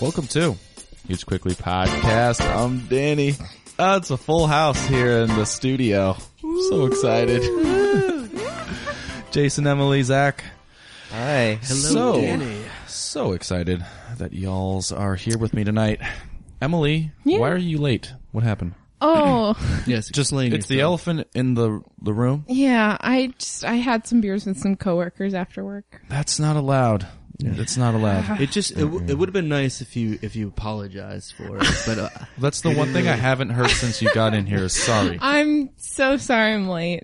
Welcome to Huge Quickly Podcast. I'm Danny. Uh, it's a full house here in the studio. I'm so excited. Jason, Emily, Zach. Hi. so, so excited that y'alls are here with me tonight. Emily, Yeah. why are you late? What happened? Oh, Yes, just laying. It's the elephant in the the room. yeah. I just I had some beers with some coworkers after work. That's not allowed. That's not allowed. It just it, w- it would have been nice if you if you apologized for it, but uh, That's the one thing I haven't heard since you got in here. is Sorry. I'm so sorry I'm late.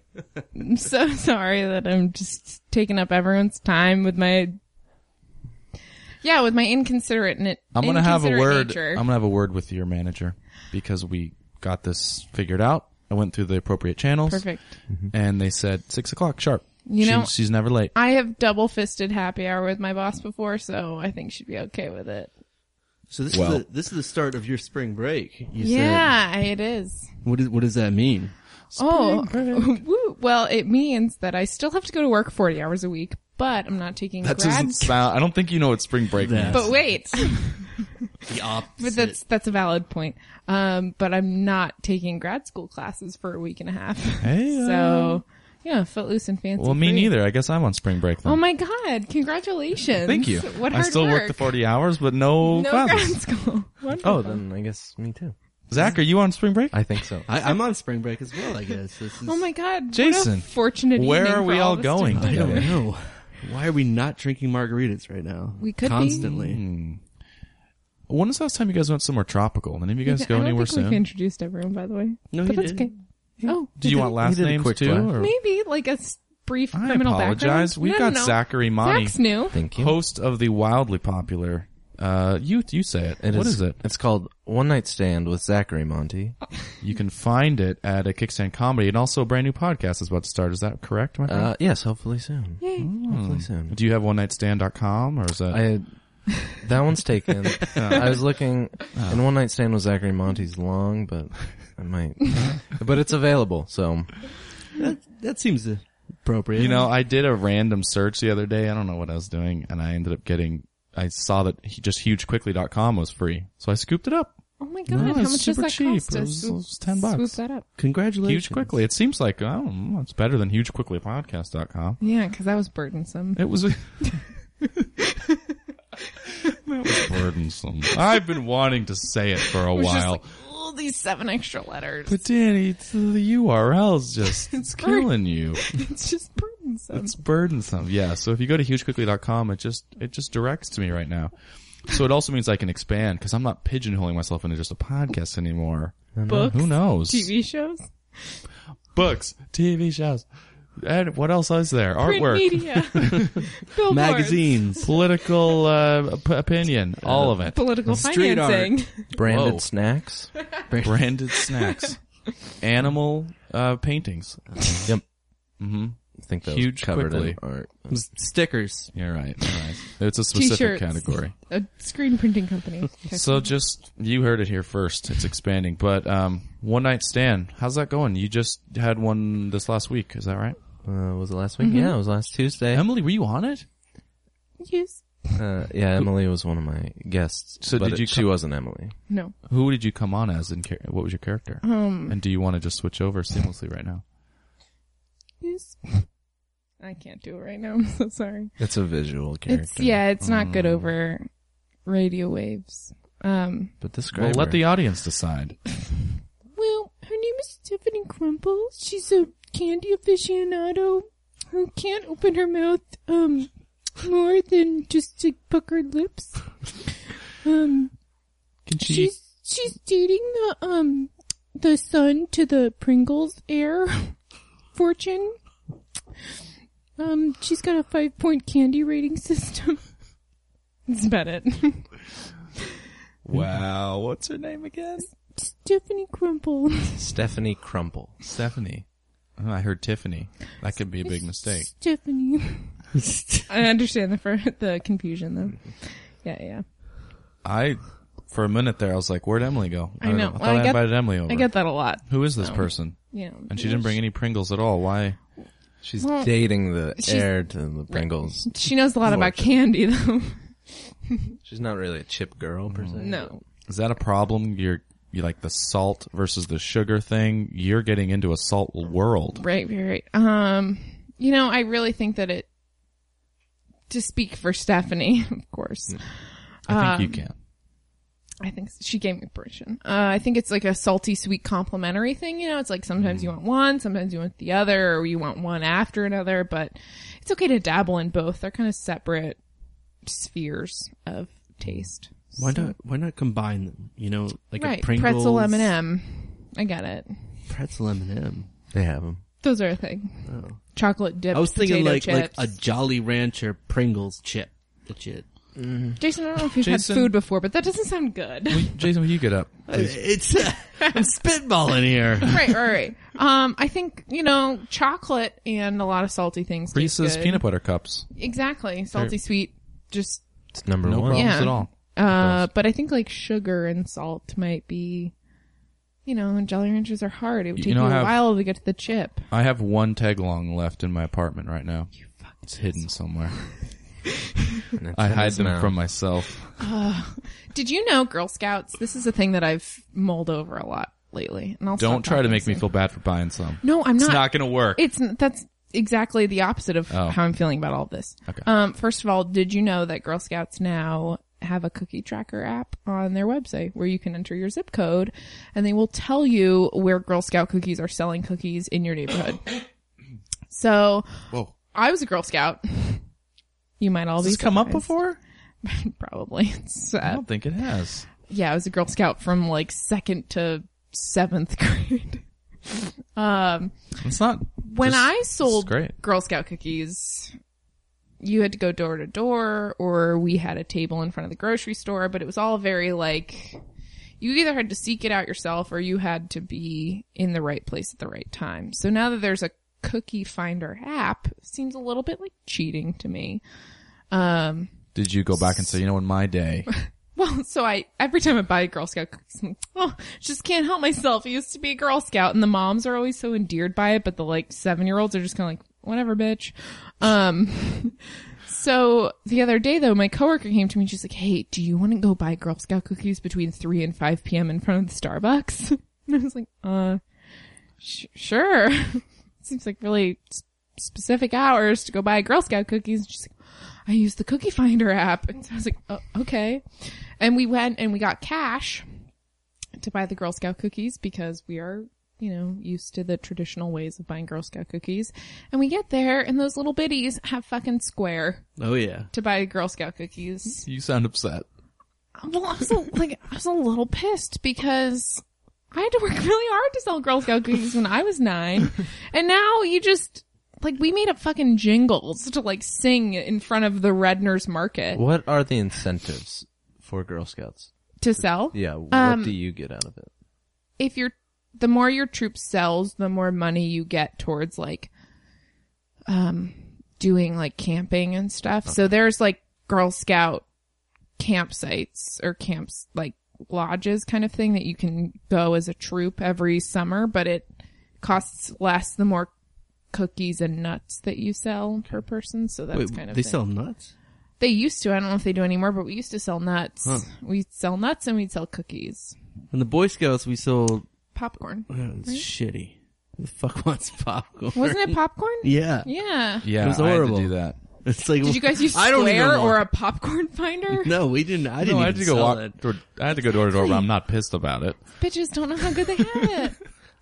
I'm so sorry that I'm just taking up everyone's time with my yeah with my inconsiderate. I'm gonna have a word. Nature. I'm gonna have a word with your manager because we got this figured out. I went through the appropriate channels, Perfect. Mm-hmm. and they said six o'clock sharp. You She- know- she's never late. I have double fisted happy hour with my boss before, so I think she'd be okay with it. so this Well. is the, this is the start of your spring break. You yeah, it is. said. What is what does that mean? Oh, woo. well, it means that I still have to go to work 40 hours a week, but I'm not taking That grad doesn't sound. I don't think you know what spring break That- means. But wait, The opposite. but that's that's a valid point. Um, but I'm not taking grad school classes for a week and a half. Hey, uh, so yeah, footloose and fancy. well, me free. neither. I guess I'm on spring break. Then. Oh my god! Congratulations. Thank you. What I hard still work. work the 40 hours, but no, no grad classes. school. Oh, then I guess me too. Zach, are you on spring break? I think so. I, I'm on spring break as well. I guess. This is, Oh my god, what a Jason, fortunate. where evening are for we all all of us going? tonight. I don't know. Why are we not drinking margaritas right now? We could be. constantly. Hmm. When was the last time you guys went somewhere tropical? Did any of you guys Yeah, I go don't anywhere think we've soon? introduced everyone, by the way. No, but you that's didn't. okay. Oh, Do you want last did a names quick too? flash. or- maybe like a s- brief I criminal apologize. background? We've No, got no, no. Zachary Monty. Zach's new. Thank you. host of the wildly popular. Uh, you you say it. What is it? It's called One Night Stand with Zachary Monty. Uh-huh. You can find it at a Kickstand Comedy, and also a brand new podcast is about to start. Is that correct, my friend? Uh, yes, hopefully soon. Mm. Yay. Hmm. Hopefully soon. Do you have one nightstand.com or is that? I that one's taken. I was looking, and One Night Stand with Zachary Monty's long, but I might. but it's available, so That seems appropriate. you know, I did a random search the other day. I don't know what I was doing, and I ended up getting. I saw that he, just hugequickly.com was free, so I scooped it up. Oh my god, how it's much does super that cheap. cost It us? was- it Swoop- was 10 bucks. Swoop that up. congratulations. Huge quickly. It seems like I don't know, it's better than hugequicklypodcast.com. Yeah, because that was burdensome. It was. that was burdensome. I've been wanting to say it for a It was just while, like, oh, these seven extra letters. but Danny, it's- the URL's just it's burden- killing you. it's just burdensome. It's burdensome. Yeah. So if you go to hugequickly.com, it just it just directs to me right now. So it also means I can expand because I'm not pigeonholing myself into just a podcast anymore. Books, Who knows? TV shows, Books, TV shows, and what else is there? print Artwork. media, billboards, Magazines. Political uh, op- opinion, all of it. political Street art. financing. branded Whoa. snacks. branded snacks, animal uh, paintings. Yep. Mm-hmm. I think that Huge was covered quickly. in art. Stickers. You're right. You're right. It's a specific T-shirts. category. A screen printing company. Okay. So just you heard it here first. It's expanding, but um, one night stand. How's that going? You just had one this last week. Is that right? Uh, was it last week? Mm-hmm. Yeah, it was last Tuesday. Emily, were you on it? yes. Uh, yeah, Emily was one of my guests. So but did you it- She co- wasn't Emily. No. Um, Who did you come on as, and char- what was your character? and do you want to just switch over seamlessly right now? Yes. I can't do it right now. I'm so sorry. It's a visual character. It's yeah. It's not Mm. good over radio waves. Um. But Well, describe. let her. the audience decide. Well, her name is Tiffany Crumple. She's a candy aficionado who can't open her mouth um more than just to pucker her lips. Um, Can she? she's she's dating the um the son to the Pringles heir, Fortune. Um, she's got a five point candy rating system. That's about it. wow. What's her name again? Tiffany Crumple. Stephanie Crumple. Stephanie. Oh, I heard Tiffany. That could be a big mistake. Tiffany. I understand the fir- the confusion though. Yeah, yeah. I, for a minute there, I was like, "Where'd Emily go?" I know. I thought Well, I I, get- invited Emily over. I get Oh. that a lot. Who is this person? Yeah. And she didn't bring any Pringles at all. Why? She's Well, dating the she's- heir to the Pringles. She knows a lot about candy though. She's not really a chip girl per se. No. Is that a problem? You're you like the salt versus the sugar thing. You're getting into a salt world. Right, right, right. Um, you know, I really think that it, to speak for Stephanie, of course, I Uh. think you can. I think she gave me permission. Uh, I think it's like a salty sweet complimentary thing. You know, it's like sometimes you Mm. want one, sometimes you want the other, or you want one after another. But it's okay to dabble in both. They're kind of separate spheres of taste. Why not? Why not combine them? You know, like right, a Pringles, pretzel M and M. I get it. pretzel M and M. They have them. Those are a thing. Chocolate dip. Oh. I was thinking potato like chips. like a Jolly Rancher Pringles chip. Legit. Jason. I don't know if you've Jason- had food before, but that doesn't sound good. Jason, will you get up? It's uh, I'm spitballing here. right, right, right. Um, I think you know chocolate and a lot of salty things. taste Reese's good. peanut butter cups. Exactly, salty, sweet. Just It's number No one. problem. yeah, at all. Uh, but I think like sugar and salt might be, you know, Jolly Ranchers are hard. It would You take you, know, I a have- while to get to the chip. I have one tagalong left in my apartment right now. It's hidden somewhere. And it's I in hide his them mouth. from myself. Did you know Girl Scouts? This is a thing that I've mulled over a lot lately. And I'll Don't stop try to talking make me soon. feel bad for buying some. No, I'm It's not. not going to work. It's n- that's exactly the opposite of Oh. how I'm feeling about all of this. Okay. Um, first of all, did you know that Girl Scouts now have a cookie tracker app on their website where you can enter your zip code and they will tell you where Girl Scout cookies are selling cookies in your neighborhood. so Whoa. I was a Girl Scout. You might all Has be this come up surprised. before? Probably. It's, I uh, don't think it has. yeah, I was a Girl Scout from like second to seventh grade. It's not. when just- I sold great. Girl Scout cookies, you had to go door to door, or we had a table in front of the grocery store, but it was all very like you either had to seek it out yourself or you had to be in the right place at the right time. So now that there's a cookie finder app, it seems a little bit like cheating to me. Did you go back and say, you know, in my day, Well, so I every time I buy Girl Scout cookies, I'm like, oh, just can't help myself. I used to be a Girl Scout, and the moms are always so endeared by it, but the like seven year olds are just kind of like, whatever, bitch. Um, so the other day though, my coworker came to me. She's like, hey, do you want to go buy Girl Scout cookies between three and five p.m. in front of the Starbucks? And I was like, uh, sh- sure. Seems like really s- specific hours to go buy Girl Scout cookies. She's like, I used the cookie finder app. And so I was like, oh, okay. And we went and we got cash to buy the Girl Scout cookies because we are, you know, used to the traditional ways of buying Girl Scout cookies. And we get there and those little biddies have fucking square Oh yeah. to buy Girl Scout cookies. you sound upset. Well, I was a, like, I was a little pissed because I had to work really hard to sell Girl Scout cookies when I was nine, and now you just like we made up fucking jingles to like sing in front of the Redner's Market What are the incentives for Girl Scouts? to sell. Yeah, what Um, do you get out of it? If you're the more your troop sells, the more money you get towards like um doing like camping and stuff. So there's like Girl Scout campsites or camps like lodges kind of thing that you can go as a troop every summer, but it costs less the more cookies and nuts that you sell per person. So that's Wait, kind of they thing. sell nuts. They used to. I don't know if they do anymore, but we used to sell nuts. Huh. We'd sell nuts and we'd sell cookies, And the Boy Scouts we sold. popcorn. uh, it's shitty. Who the fuck wants popcorn? Wasn't it popcorn? Yeah. Yeah. Yeah, It was horrible. I had to do that. It's like. Did you guys use I don't even square want- or a popcorn finder? No, we didn't. I didn't. no, I even had to go sell walk. it. door- I had to go door to door, but I'm not pissed about it. Bitches don't know how good they have it.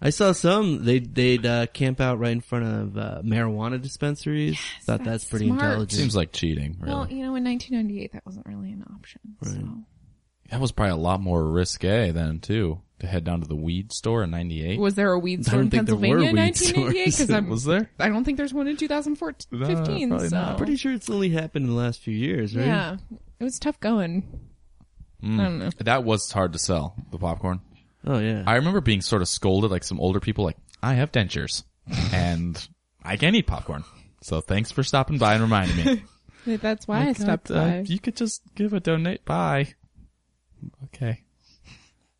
I saw some. They they'd uh, camp out right in front of uh, marijuana dispensaries. Thought that's, that's pretty smart. intelligent. Seems like cheating. Really, Well, you know, in 1998, that wasn't really an option. So. that was probably a lot more risque then too. To head down to the weed store in '98. Was there a weed store in think there were Pennsylvania in weed 1988? stores. Because I'm. Was there? I don't think there's one in 2014, No, 15. probably so. not. Uh, pretty sure it's only happened in the last few years, right? Hmm. Yeah, it was tough going. I don't know. That was hard to sell the popcorn. Oh yeah. I remember being sort of scolded, like some older people, like I have dentures, and I can't eat popcorn. So thanks for stopping by and reminding me. Maybe That's why I Like, stopped uh, by. you could just give a donate. Bye. Okay.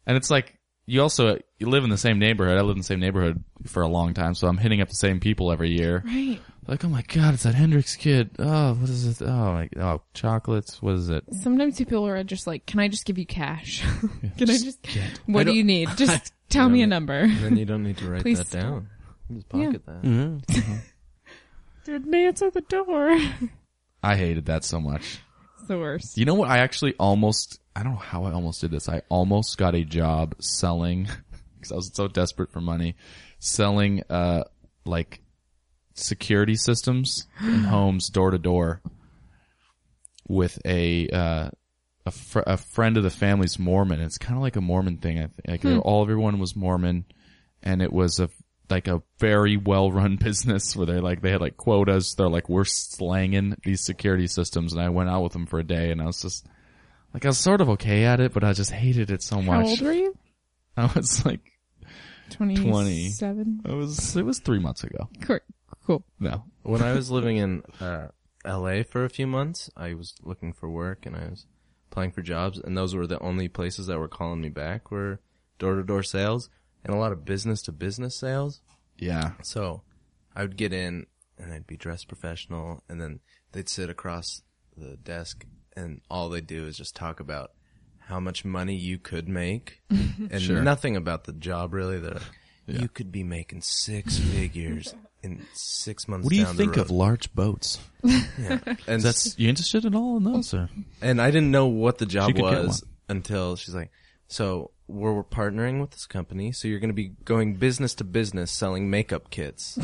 And it's like you also you live in the same neighborhood. I live in the same neighborhood for a long time, so I'm hitting up the same people every year. Right. Like, oh my god, it's that Hendrix kid. Oh, what is it? Oh my, oh, chocolates. What is it? Sometimes people are just like, "Can I just give you cash? Can I just? I What do don't- you need? Just tell me a don't- number." And then you don't need to write Please that stop. down. Mm. You Just pocket that. Uh-huh. There's a man at the door. I hated that so much. It's the worst. You know what? I actually almost, I don't know how I almost did this. I almost got a job selling, cause I was so desperate for money, selling, uh, like security systems in homes door to door with a, uh, a, fr- a friend of the family's Mormon. It's kind of like a Mormon thing. I think like Hmm. they're- all everyone was Mormon and it was a, like a very well run business where they like, they had like quotas. They're like, we're slanging these security systems. And I went out with them for a day and I was just like, I was sort of okay at it, but I just hated it so How old much. were you? I was like, Twenty-seven. it was, it was three months ago. Cool. cool. No. When I was living in uh, L.A. for a few months, I was looking for work and I was applying for jobs, and those were the only places that were calling me back were door-to-door sales and a lot of business-to-business sales. Yeah. So I would get in and I'd be dressed professional and then they'd sit across the desk and all they do is just talk about how much money you could make and nothing about the job really. They're like, you could be making six figures in six months. What do you down the think road." of large boats? And That's you interested at all in those? Or? and I didn't know what the She job could get was until she's like, "So we're, we're partnering with this company, so you're going to be going business to business selling makeup kits."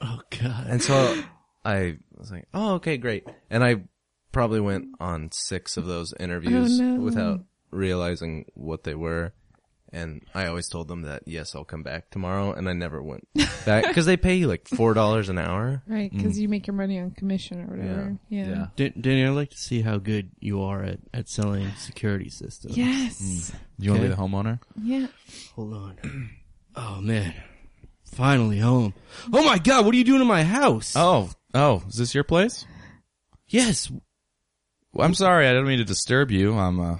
Oh god. and so I was like, "Oh, okay, great." And I probably went on six of those interviews Oh, no. without realizing what they were. And I always told them that yes, I'll come back tomorrow, and I never went back because they pay you like four dollars an hour. Right, Mm. because you make your money on commission or whatever. Yeah. Dan- Danny, I'd like to see how good you are at, at selling security systems. Yes. Mm. You want to be Okay. the homeowner? Yeah. Hold on. Oh man. Finally home. Oh my god, what are you doing in my house? Oh, oh, is this your place? Yes. Well, I'm sorry, I didn't mean to disturb you. I'm uh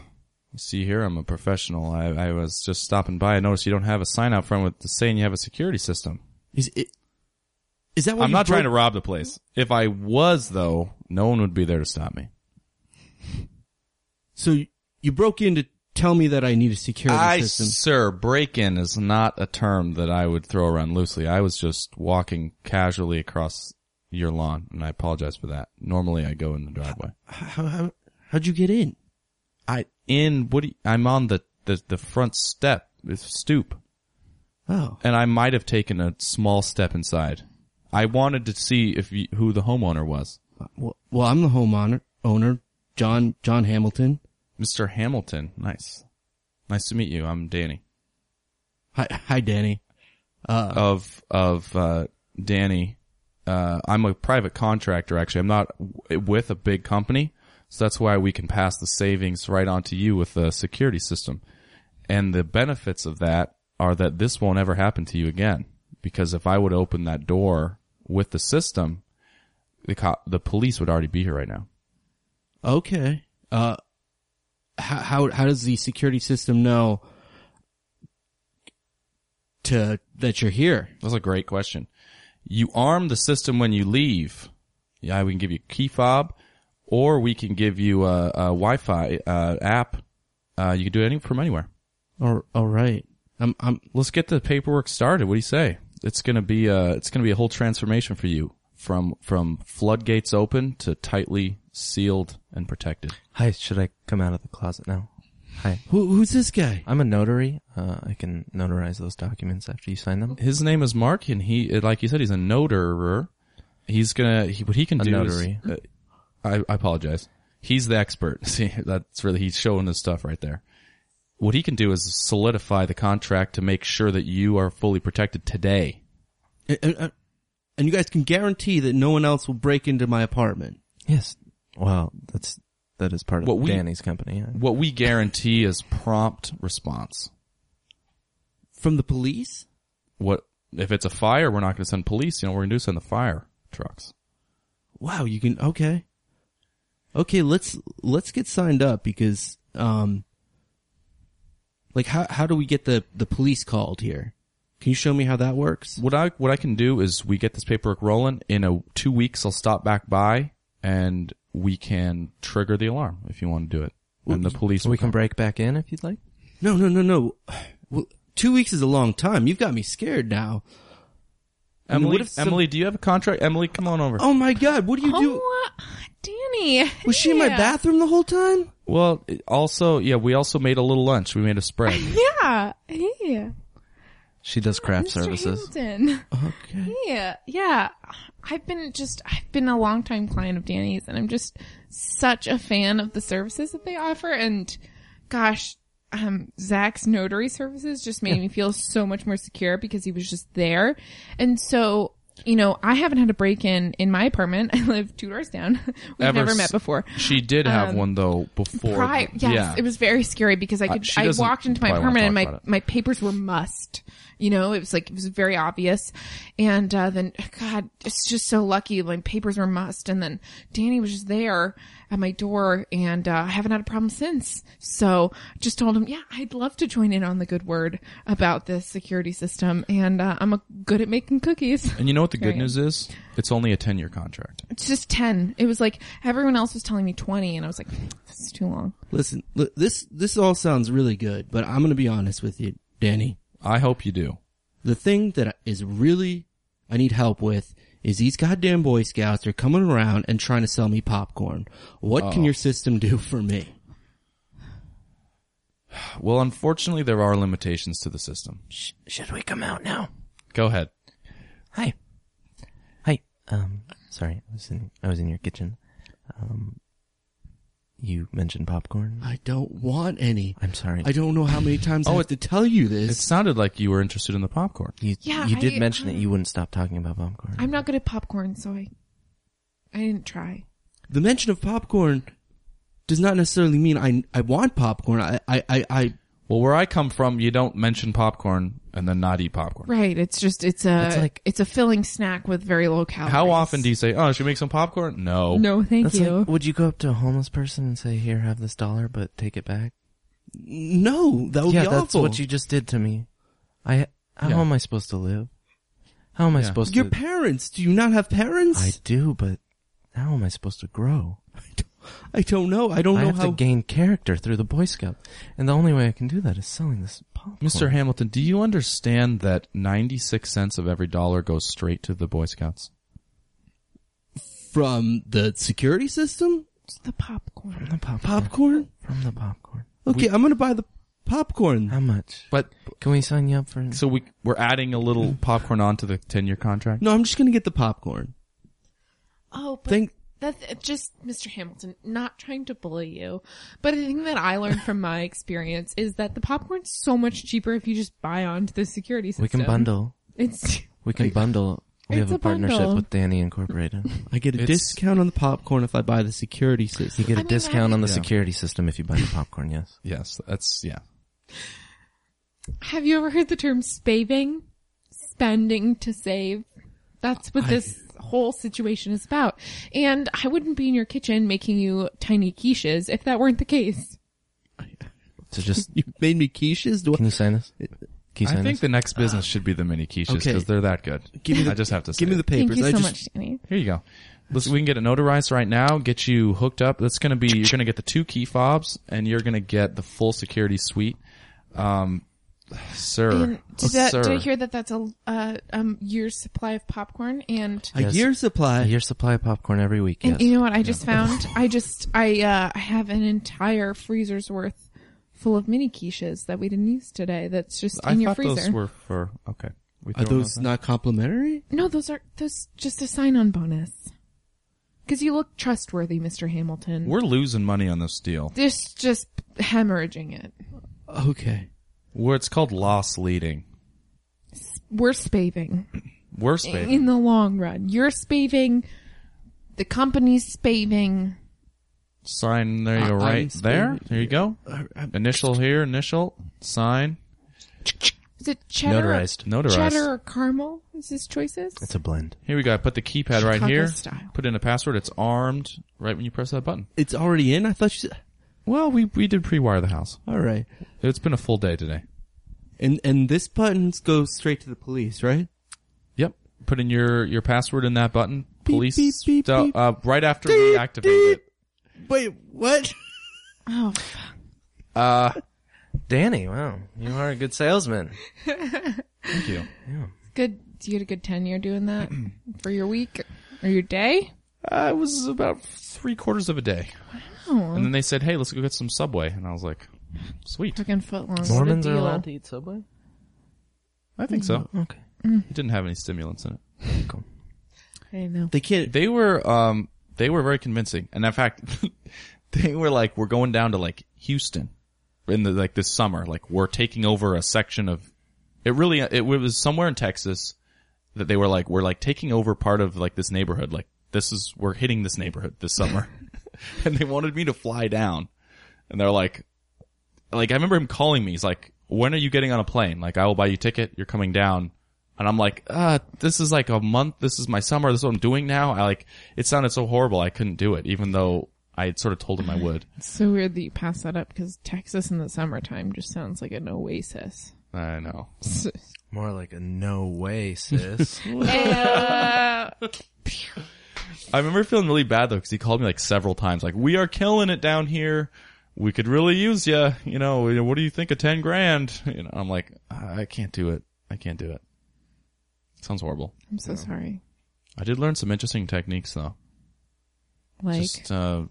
see here, I'm a professional. I, I was just stopping by. I noticed you don't have a sign out front with saying you have a security system. Is it Is that what I'm you not trying to broke- rob the place. If I was though, no one would be there to stop me. So you- you broke in to tell me that I need a security I, system. sir, break in is not a term that I would throw around loosely. I was just walking casually across your lawn, and I apologize for that. Normally, I go in the driveway. How, how how'd you get in? I in what? Do you, I'm on the, the the front step, the stoop, Oh. and I might have taken a small step inside. I wanted to see if you, who the homeowner was, Well, well I'm the homeowner owner, John John Hamilton. Mr. Hamilton. Nice, nice to meet you. I'm Danny Hi hi Danny. of of uh, Danny. Uh, I'm a private contractor. Actually, I'm not w- with a big company, so that's why we can pass the savings right on to you with the security system. And the benefits of that are that this won't ever happen to you again. Because if I would open that door with the system, the co- the police would already be here right now. Okay. Uh how how how does the security system know to that you're here? That's a great question. You arm the system when you leave. Yeah, we can give you a key fob, or we can give you a, a Wi-Fi uh, app. Uh, you can do it any from anywhere. All, all right. I'm, I'm, Let's get the paperwork started. What do you say? It's gonna be a it's gonna be a whole transformation for you from from floodgates open to tightly sealed and protected. Hi, should I come out of the closet now? Hi. who, who's this guy? I'm a notary. Uh, I can notarize those documents after you sign them. His name is Mark, and he like you said, he's a notarer. He's gonna he, what he can A do. notary. Is, uh, I, I apologize. He's the expert. See, that's really he's showing his stuff right there. What he can do is solidify the contract to make sure that you are fully protected today. And, and, and you guys can guarantee that no one else will break into my apartment. Yes. Well, that's that is part of What we- Danny's company. yeah. What we guarantee is prompt response. From the police? What if it's a fire? We're not going to send police. You know, we're going to do send the fire trucks. Wow, you can, okay. Okay, let's, let's get signed up because, um, like how, how do we get the, the police called here? Can you show me how that works? What I what I can do is we get this paperwork rolling. In a two weeks, I'll stop back by and we can trigger the alarm if you want to do it. And the police So we will can come. break back in if you'd like. No, no, no, no. Well, two weeks is a long time. You've got me scared now. I mean, Emily, what if some- Emily, do you have a contract? Emily, come on over. Oh my god, what do you do? Oh, Danny. Was she in my yeah. bathroom the whole time? Well, it- also, yeah, we also made a little lunch. We made a spread. Yeah. Hey. She does craft services. Mr. Hamilton. Okay. Yeah, yeah. I've been just, I've been a long time client of Danny's and I'm just such a fan of the services that they offer and gosh, um, Zach's notary services just made me feel so much more secure because he was just there. And so, you know, I haven't had a break in in my apartment. I live two doors down. We've Ever never s- met before. Um, she did have one though before. Prior, yes, yeah. it was very scary because I Uh, could. she I doesn't walked into my probably wanna apartment and talk my about it. my papers were must. You know, it was like it was very obvious, and uh, then God, it's just so lucky. My papers were must, and then Danny was just there at my door, and uh, I haven't had a problem since. So just told him, yeah, I'd love to join in on the good word about this security system, and uh, I'm a, good at making cookies. And you know what the good Period. news is? It's only a ten year contract. It's just ten. It was like everyone else was telling me twenty, and I was like, this is too long. Listen, look, this this all sounds really good, but I'm going to be honest with you, Danny. I hope you do. The thing that is really I need help with is these goddamn Boy Scouts are coming around and trying to sell me popcorn. What can Oh. your system do for me? Well, unfortunately, there are limitations to the system. Should we come out now? Go ahead. Hi. Hi. Um, sorry, I was in I was in your kitchen. Um, you mentioned popcorn. I don't want any. I'm sorry. I don't know how many times I Oh, have to tell you It this. sounded like you were interested in the popcorn. you Yeah, you did I- mention that you wouldn't stop talking about popcorn. I'm not good at popcorn, so I I didn't try. The mention of popcorn does not necessarily mean I I want popcorn. I I I, I Well, where I come from, you don't mention popcorn and then not eat popcorn. Right. It's just it's a it's, It's like- a filling snack with very low calories. How often do you say, "Oh, should we make some popcorn"? No. No, thank That's you. like, would you go up to a homeless person and say, "Here, have this dollar, but take it back"? no, that would yeah, be that's awful. what you just did to me. I how Yeah. am I supposed to live? How am I Yeah. supposed your to? parents? Do you not have parents? I do, but how am I supposed to grow? I don't know. I don't I know have how. to gain character through the Boy Scout, and the only way I can do that is selling this popcorn. Mr. Hamilton, do you understand that 96 cents of every dollar goes straight to the Boy Scouts? From the security system, It's the popcorn. the popcorn. popcorn. From the popcorn. Okay, I'm gonna buy the popcorn. How much? But Can we sign you up for? so we we're adding a Mm. little popcorn onto the 10-year contract. No, I'm just gonna get the popcorn. Oh, but Think that's uh, just Mr. Hamilton. Not trying to bully you, but the thing that I learned from my experience is that the popcorn's so much cheaper if you just buy onto the security system. we can bundle. It's We can bundle. We It's have a, a partnership bundle. with Danny Incorporated. I get a It's- discount on the popcorn if I buy the security You system. get a I mean, discount on the I- security system if you buy the popcorn. Yes. Yes, that's yeah. have you ever heard the term spaving? Spending to save. That's what this whole situation is about. And I wouldn't be in your kitchen making you tiny quiches if that weren't the case. So just You made me quiches. Do I, can you sign us? Can you I sign think us? the next business should be the mini quiches because Okay. they're that good. Give me the- I just have to say give me it. the papers. Thank you I so just, much, Danny. Here you go. Listen, we can get it notarized right now. Get you hooked up. That's going to be you're going to get the two key fobs, and you're going to get the full security suite, um, sir. Oh, And did, that, sir. did I hear that that's a uh, um, year's supply of popcorn? And A Yes. year supply. A year supply of popcorn every week. and Yes. you know what? I just found I just I uh, I have an entire freezer's worth full of mini quiches that we didn't use today. That's just I in your thought those freezer. were for okay. We Are throwing those out? not complimentary? no, those are those just a sign-on bonus. Because you look trustworthy, Mister Hamilton. We're losing money on this deal. this just hemorrhaging it. Okay. Where it's called loss leading. We're spaving. We're spaving. in the long run. You're spaving, the company's spaving. Sign there you I- Uh, go, I'm right spaving. there. There you go. Initial here, initial, sign, Is it cheddar? Notarized. notarized. Cheddar or caramel is his choices? it's a blend. Here we go. I put the keypad right Chicago here. style. Put in a password. It's armed right when you press that button. It's already in. I thought you. said... Well, we, we did pre-wire the house. All right. It's been a full day today. And and this button goes straight to the police, right? Yep. Put in your your password in that button. Police beep, beep, stu- beep. Uh, right after we activate it. Wait, what? Oh, Uh, Danny, wow, you are a good salesman. thank you. good. You had a good tenure doing that for your week or your day. Uh, it was about three quarters of a day, Oh, and then they said, "Hey, let's go get some Subway," and I was like, "Sweet, fucking footlong. Mormons What a are deal. allowed to eat Subway. I think so." Okay, It didn't have any stimulants in it. cool. I didn't know. They can't. They were um they were very convincing. And in fact, they were like we're going down to like Houston in the like this summer. Like we're taking over a section of it really it was somewhere in Texas that they were like we're like taking over part of like this neighborhood. Like this is we're hitting this neighborhood this summer. and they wanted me to fly down. And they're like like I remember him calling me. He's like, "When are you getting on a plane? Like I will buy you a ticket. You're coming down." And I'm like, "Uh, this is like a month. This is my summer. This is what I'm doing now." I like it sounded so horrible. I couldn't do it, even though I had sort of told him I would. It's so weird that you passed that up because Texas in the summertime just sounds like an oasis. I know. Mm. More like a no way, sis. I remember feeling really bad though because he called me like several times, like, "We are killing it down here. We could really use you. You know, what do you think of ten grand?" You know, I'm like, "I I can't do it. I can't do it." Sounds horrible. I'm so sorry. I did learn some interesting techniques though. Like, just uh,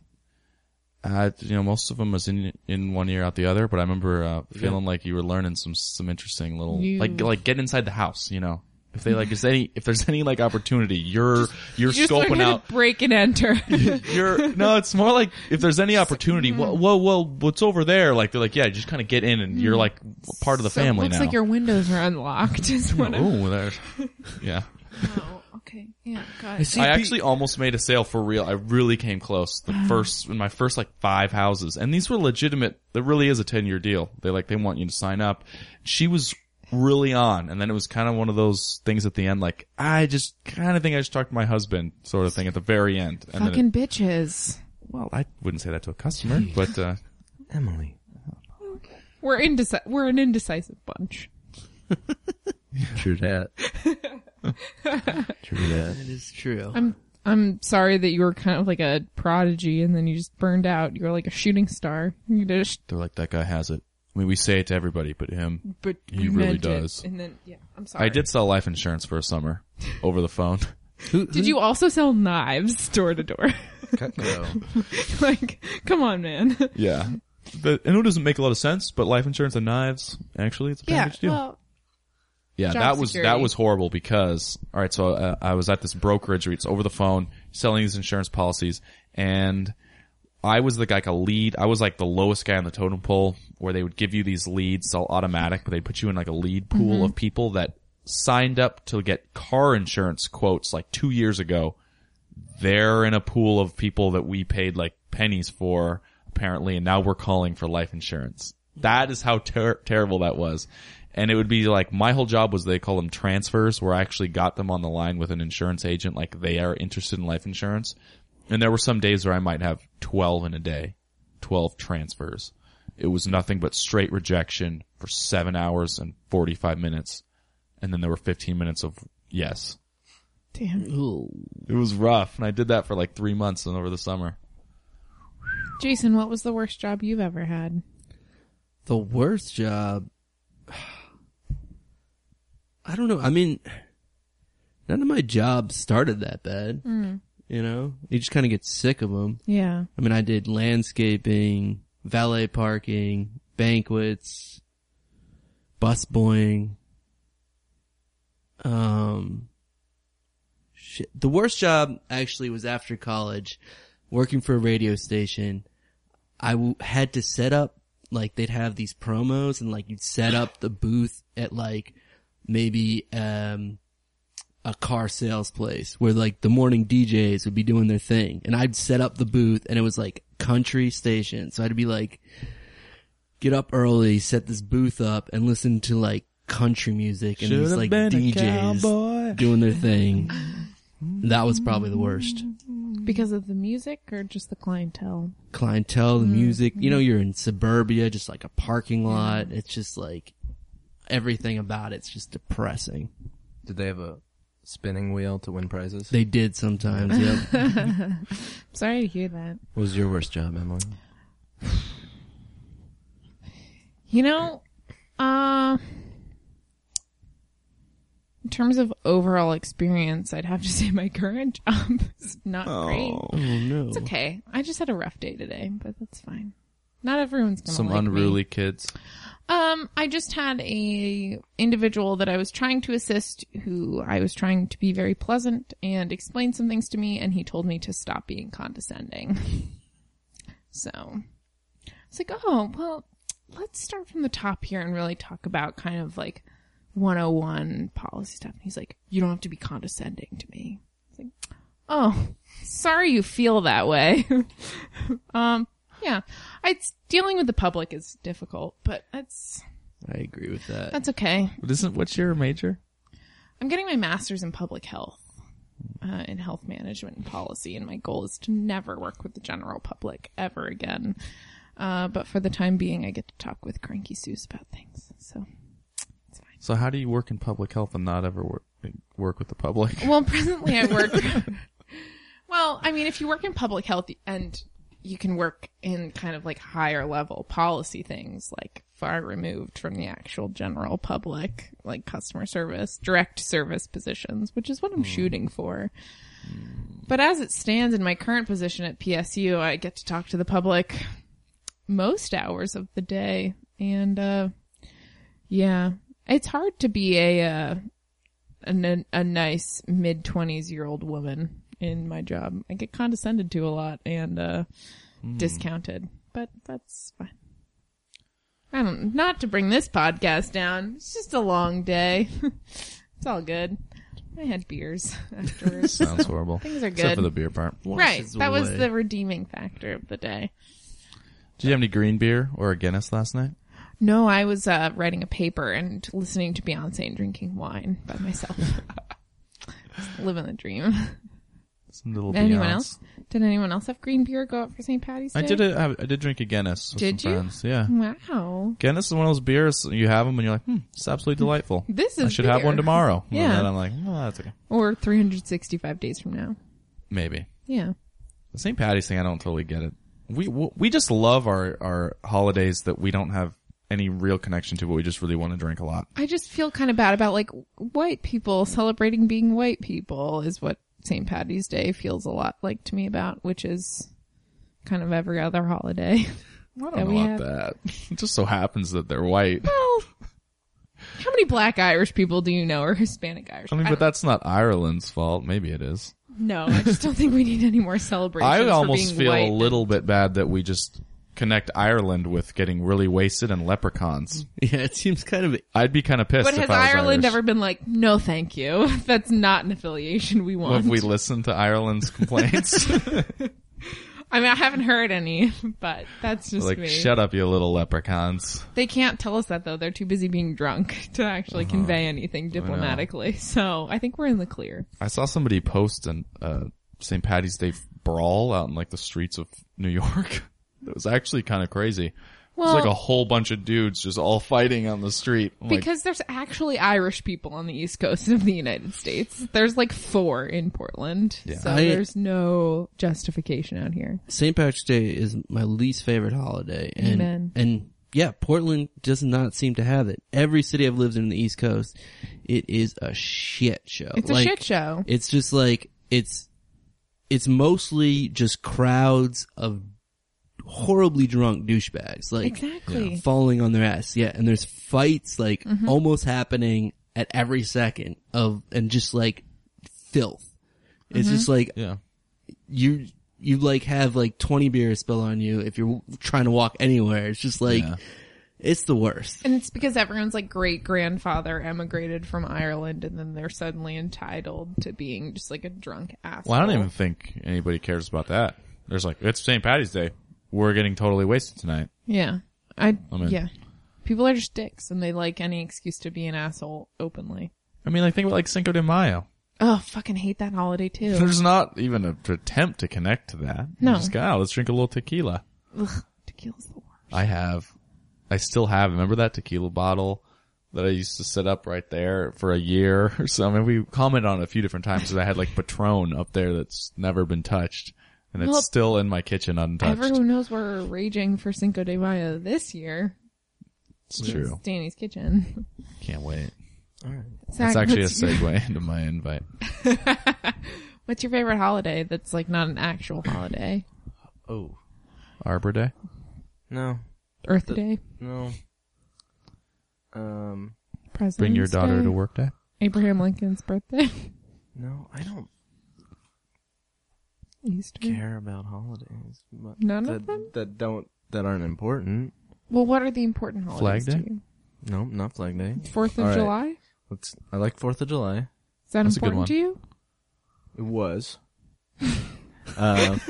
I, you know, most of them was in in one ear out the other. But I remember uh, feeling like you were learning some some interesting little You- like like get inside the house. You know, if they like is any if there's any like opportunity, you're you're you just learned scoping how out. to break and enter. You're no, it's more like if there's any opportunity. Mm-hmm. Whoa, whoa, whoa! What's over there? Like they're like, yeah, just kind of get in, and you're like part of the Mm-hmm. So it family looks now. like your windows are unlocked. Is what I'm. Oh, there's yeah. Oh, okay. Yeah. Got I it. see. I pe- actually almost made a sale for real. I really came close. The Ah. first in my first like five houses, and these were legitimate. There really is a ten year deal. They like they want you to sign up. She was really on, and then it was kind of one of those things at the end. Like I just kind of think I just talked to my husband, sort of thing at the very end. And then it- Fucking bitches. well, I wouldn't say that to a customer, but uh, Emily. We're indeci- We're an indecisive bunch. True that. True that. It is true. I'm. I'm sorry that you were kind of like a prodigy, and then you just burned out. You were like a shooting star. You just, they're like that guy has it. I mean, we say it to everybody, but him. but He you really meant it. does. And then, yeah, I'm sorry. I did sell life insurance for a summer over the phone. Who- Did who- you also sell knives door to door? Cutco. like, come on, man. Yeah. But, and it doesn't make a lot of sense, but life insurance and knives, actually, it's a Yeah. package deal. Well, yeah, job that was that security. was horrible because all right, so uh, I was at this brokerage where it's over the phone selling these insurance policies, and I was the guy like a lead. I was like the lowest guy on the totem pole where they would give you these leads, all automatic, but they put you in like a lead pool Mm-hmm. of people that signed up to get car insurance quotes like two years ago. They're in a pool of people that we paid like pennies for apparently, and now we're calling for life insurance. That is how ter- terrible that was. And it would be like my whole job was they call them transfers where I actually got them on the line with an insurance agent. Like they are interested in life insurance. And there were some days where I might have 12 in a day, 12 transfers. It was nothing but straight rejection for seven hours and 45 minutes. And then there were 15 minutes of yes. damn. It was rough. And I did that for like three months and over the summer. Jason, what was the worst job you've ever had? the worst job? I don't know. I mean, none of my jobs started that bad. You know, you just kind of get sick of them. Yeah. I mean, I did landscaping, valet parking, banquets, busboying. Um, shit. The worst job actually was after college, working for a radio station. I w- had to set up, like, they'd have these promos and, like, you'd set up the booth at, like, maybe, um, a car sales place where like the morning DJs would be doing their thing and I'd set up the booth and it was like country station. So I'd be like, get up early, set this booth up and listen to like country music and these like DJs doing their thing. That was probably the worst. Because of the music or just the clientele? Clientele, the music, you know, you're in suburbia, just like a parking lot. It's just like, everything about it's just depressing. Did they have a spinning wheel to win prizes? They did sometimes. Yep. Sorry to hear that. What was your worst job, Emily? You know, uh, in terms of overall experience, I'd have to say my current job is not oh great. no. Oh. It's okay. I just had a rough day today, but that's fine. Not everyone's gonna Some like me. unruly kids. Um, I just had a individual that I was trying to assist who I was trying to be very pleasant and explain some things to me and he told me to stop being condescending. so I was like, oh, well, let's start from the top here and really talk about kind of like 101 policy stuff. And he's like, you don't have to be condescending to me. It's like, oh, sorry you feel that way. um, yeah, it's dealing with the public is difficult, but that's I agree with that. that's okay. But isn't what's your major? I'm getting my master's in public health, uh, in health management and policy, and my goal is to never work with the general public ever again. Uh, but for the time being, I get to talk with Cranky Seuss about things. So, So how do you work in public health and not ever work work with the public? well, presently I work. well, I mean, if you work in public health and you can work in kind of like higher level policy things, like far removed from the actual general public, like customer service, direct service positions, which is what I'm shooting for. But as it stands in my current position at PSU, I get to talk to the public most hours of the day. And, uh, yeah, it's hard to be a, uh, a, a nice mid 20s year old woman in my job. I get condescended to a lot and uh, Mm-hmm. discounted, but that's fine. I don't, not to bring this podcast down. It's just a long day. it's all good. I had beers afterwards. Sounds horrible. Things are Except good. for the beer part. right. washes That was away. the redeeming factor of the day. Did you have any green beer or a Guinness last night? No, I was uh, writing a paper and listening to Beyonce and drinking wine by myself. Just living the dream. Some little anyone Beyonce. else? Did anyone else have green beer go out for St. Patty's Day? I did a, I- I did drink a Guinness. With Did some you? Friends. Yeah. Wow. Guinness is one of those beers you have them and you're like, hmm, it's absolutely delightful. This I is should have one beer. tomorrow. Yeah. And then I'm like, oh, that's okay. Or 365 days from now. Maybe. Yeah. The St. Patty's thing, I don't totally get it. We we just love our our holidays that we don't have any real connection to, but we just really want to drink a lot. I just feel kind of bad about like white people celebrating being white people is what St. Patty's Day feels a lot like to me about, which is kind of every other holiday. I That don't Oh, we know have- about that. It just so happens that they're white. Well, how many black Irish people do you know or Hispanic Irish? I mean, don't but that's not Ireland's fault. Maybe it is. No, I just don't think we need any more celebrations. I for almost being feel white. a little bit bad that we just connect Ireland with getting really wasted and leprechauns. Yeah, it seems kind of I'd be kind of pissed. But if Mm. has I was Ireland Irish. ever been like, no, thank you. That's not an affiliation we want. Have we listened to Ireland's complaints? I mean, I haven't heard any, but that's just like, me. shut up, you little leprechauns. they can't tell us that though. They're too busy being drunk to actually Uh-huh. convey anything diplomatically. So I think we're in the clear. I saw somebody post an uh, St. Patty's Day brawl out in like the streets of New York. It was actually kind of crazy. Well- it was like a whole bunch of dudes just all fighting on the street. I'm like, Because there's actually Irish people on the east coast of the United States. There's like four in Portland. So I- there's no justification out here. St. Patrick's Day is my least favorite holiday. And, Amen. And yeah, Portland does not seem to have it. Every city I've lived in on the East Coast, it is a shit show. It's a shit show. It's just like, it's, it's mostly just crowds of horribly drunk douchebags. Like, Exactly. yeah, falling on their ass. Yeah. And there's fights like almost happening at every second of, and just like filth. It's just like, yeah. you you like have like 20 beers spill on you if you're trying to walk anywhere. It's just like Yeah. it's the worst. And it's because everyone's like great grandfather emigrated from Ireland and then they're suddenly entitled to being just like a drunk asshole. Well, I don't even think anybody cares about that. There's like, it's St. Patty's Day. We're getting totally wasted tonight. Yeah. I, I'm in. yeah. People are just dicks and they like any excuse to be an asshole openly. I mean, like think about like Cinco de Mayo. Oh, fucking hate that holiday too. There's not even an attempt to connect to that. You No. Just go, "Oh, let's drink a little tequila. Ugh, tequila's the worst. I have, I still have. Remember that tequila bottle that I used to set up right there for a year or so. I mean, we commented on it a few different times because I had like Patron up there that's never been touched, and it's Well, still in my kitchen untouched. Everyone knows we're raging for Cinco de Mayo this year. it's true. It's Danny's Kitchen. Can't wait. Zach, That's actually a what's, your, segue into my invite. what's your favorite holiday that's like not an actual holiday? Oh Arbor Day. no, Earth Day, no. Um, President's Bring your daughter Day, to work day. Abraham Lincoln's birthday, no, I don't Easter. care about holidays. But None that, of them. that don't that aren't important. Well, what are the important holidays? Flag to you? No, not Flag Day. Fourth of All right. July. Let's, I like Fourth of July. Is that That's a good important one. to you? It was. um,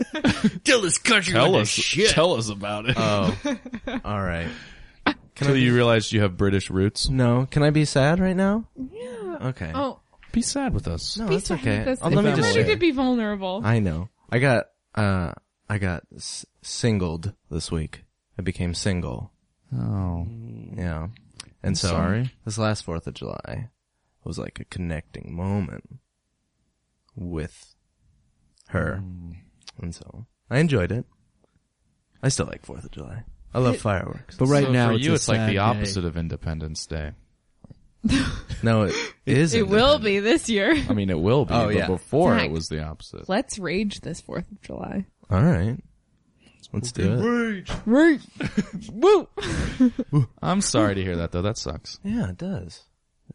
Tell this country Tell what us, the shit. tell us about it. oh, all right. Can I Uh, Until be, you realize you have British roots. no, can I be sad right now? Yeah. Okay. Oh, Be sad with us. no, be it's sad okay. with us. Oh, let me If you I'm just wanted say- to be vulnerable. I know. I got uh I got s- singled this week. I became single. Oh, Yeah. And so sorry. this last 4th of July was like a connecting moment with her. And so I enjoyed it. I still like 4th of July. I love fireworks. But right So now, for it's you, a it's like sad the day. opposite of Independence Day. No, it is. it will be this year. I mean, it will be. Oh, but yeah. Before Zach. it was the opposite. Let's rage this Fourth of July. All right. Let's do it. Rage. Woo. I'm sorry to hear that though. That sucks. Yeah, it does.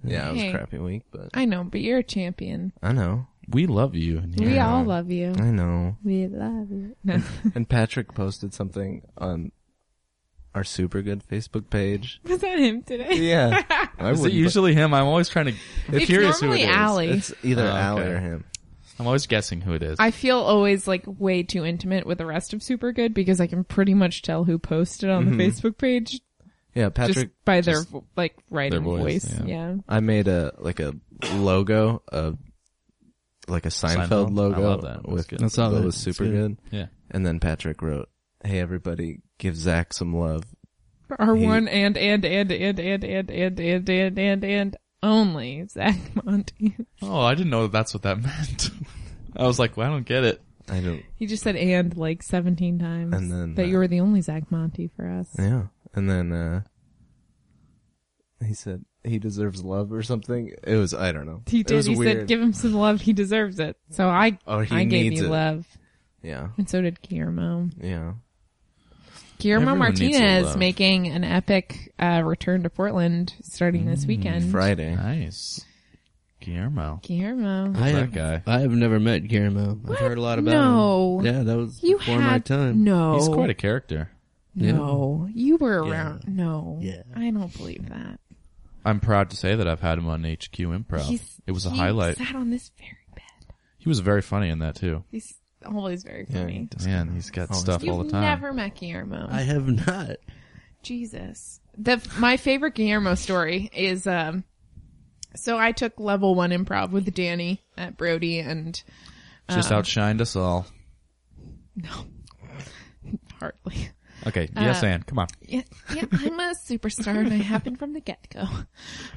Yeah, it was a Hey. crappy week, but I know, but you're a champion. I know. We love you. And We you're- all love you. I know. We love you. And Patrick posted something on our super good Facebook page. Was that him today? Yeah. I Is it wouldn't- usually him? I'm always trying to. It's curious who it normally is. Allie. It's either Oh, Allie okay. or him. I'm always guessing who it is. I feel always like way too intimate with the rest of Super Good because I can pretty much tell who posted on the Facebook page Yeah, Mm-hmm. Patrick. just by their vo- like writing their voice, voice. yeah. Yeah. I made a like a logo of like a Seinfeld, Seinfeld? I logo. love that. That's With, good. that I saw that. was It's super good. good. yeah. And then Patrick wrote, "Hey everybody, give Zach some love." Our He- one and and and and and and and and and and and only Zach Monty. Oh, I didn't know that that's what that meant. I was like, well, I don't get it. I don't. He just said and like seventeen times. And then, that uh, you were the only Zach Monty for us. Yeah. And then uh he said he deserves love or something. It was I don't know. He It did. was He weird. said, "Give him some love. He deserves it." So I, Oh, he I gave needs you it. love, yeah. and so did Guillermo. Yeah. Guillermo Everyone needs a Martinez love. making an epic uh, return to Portland starting Mm, this weekend. Friday. Nice, Guillermo. Guillermo, I that have, guy. I have never met Guillermo. I've heard a lot about No. him. Yeah, that was you before had my time. no. He's quite a character. no. You were around. No, Yeah. I don't believe that. I'm proud to say that I've had him on HQ Improv. He's- it was a he highlight. Sat on this very bed. He was very funny in that too. He's always very Yeah. funny. Man, he's got Always stuff all You've the time. never met Guillermo. I have not. Jesus. The my favorite Guillermo story is um so I took level 1 improv with Danny at Brody and Just uh, outshined us all. Hartley. Okay, uh, yes, and come on. Yeah, yeah, I'm a superstar and I happened from the get-go.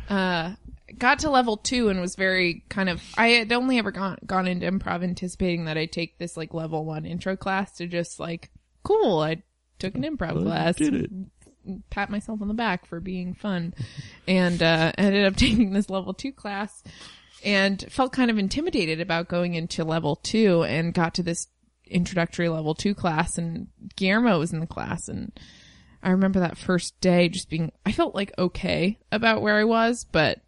Uh got to level 2 and was very kind of I had only ever gone gone into improv anticipating that I'd take this like level 1 intro class to just like cool, I took an improv class. Did it. pat myself on the back for being fun and uh, ended up taking this level two class and felt kind of intimidated about going into level two and got to this introductory level two class and Guillermo was in the class and I remember that first day just being, I felt like okay about where I was, but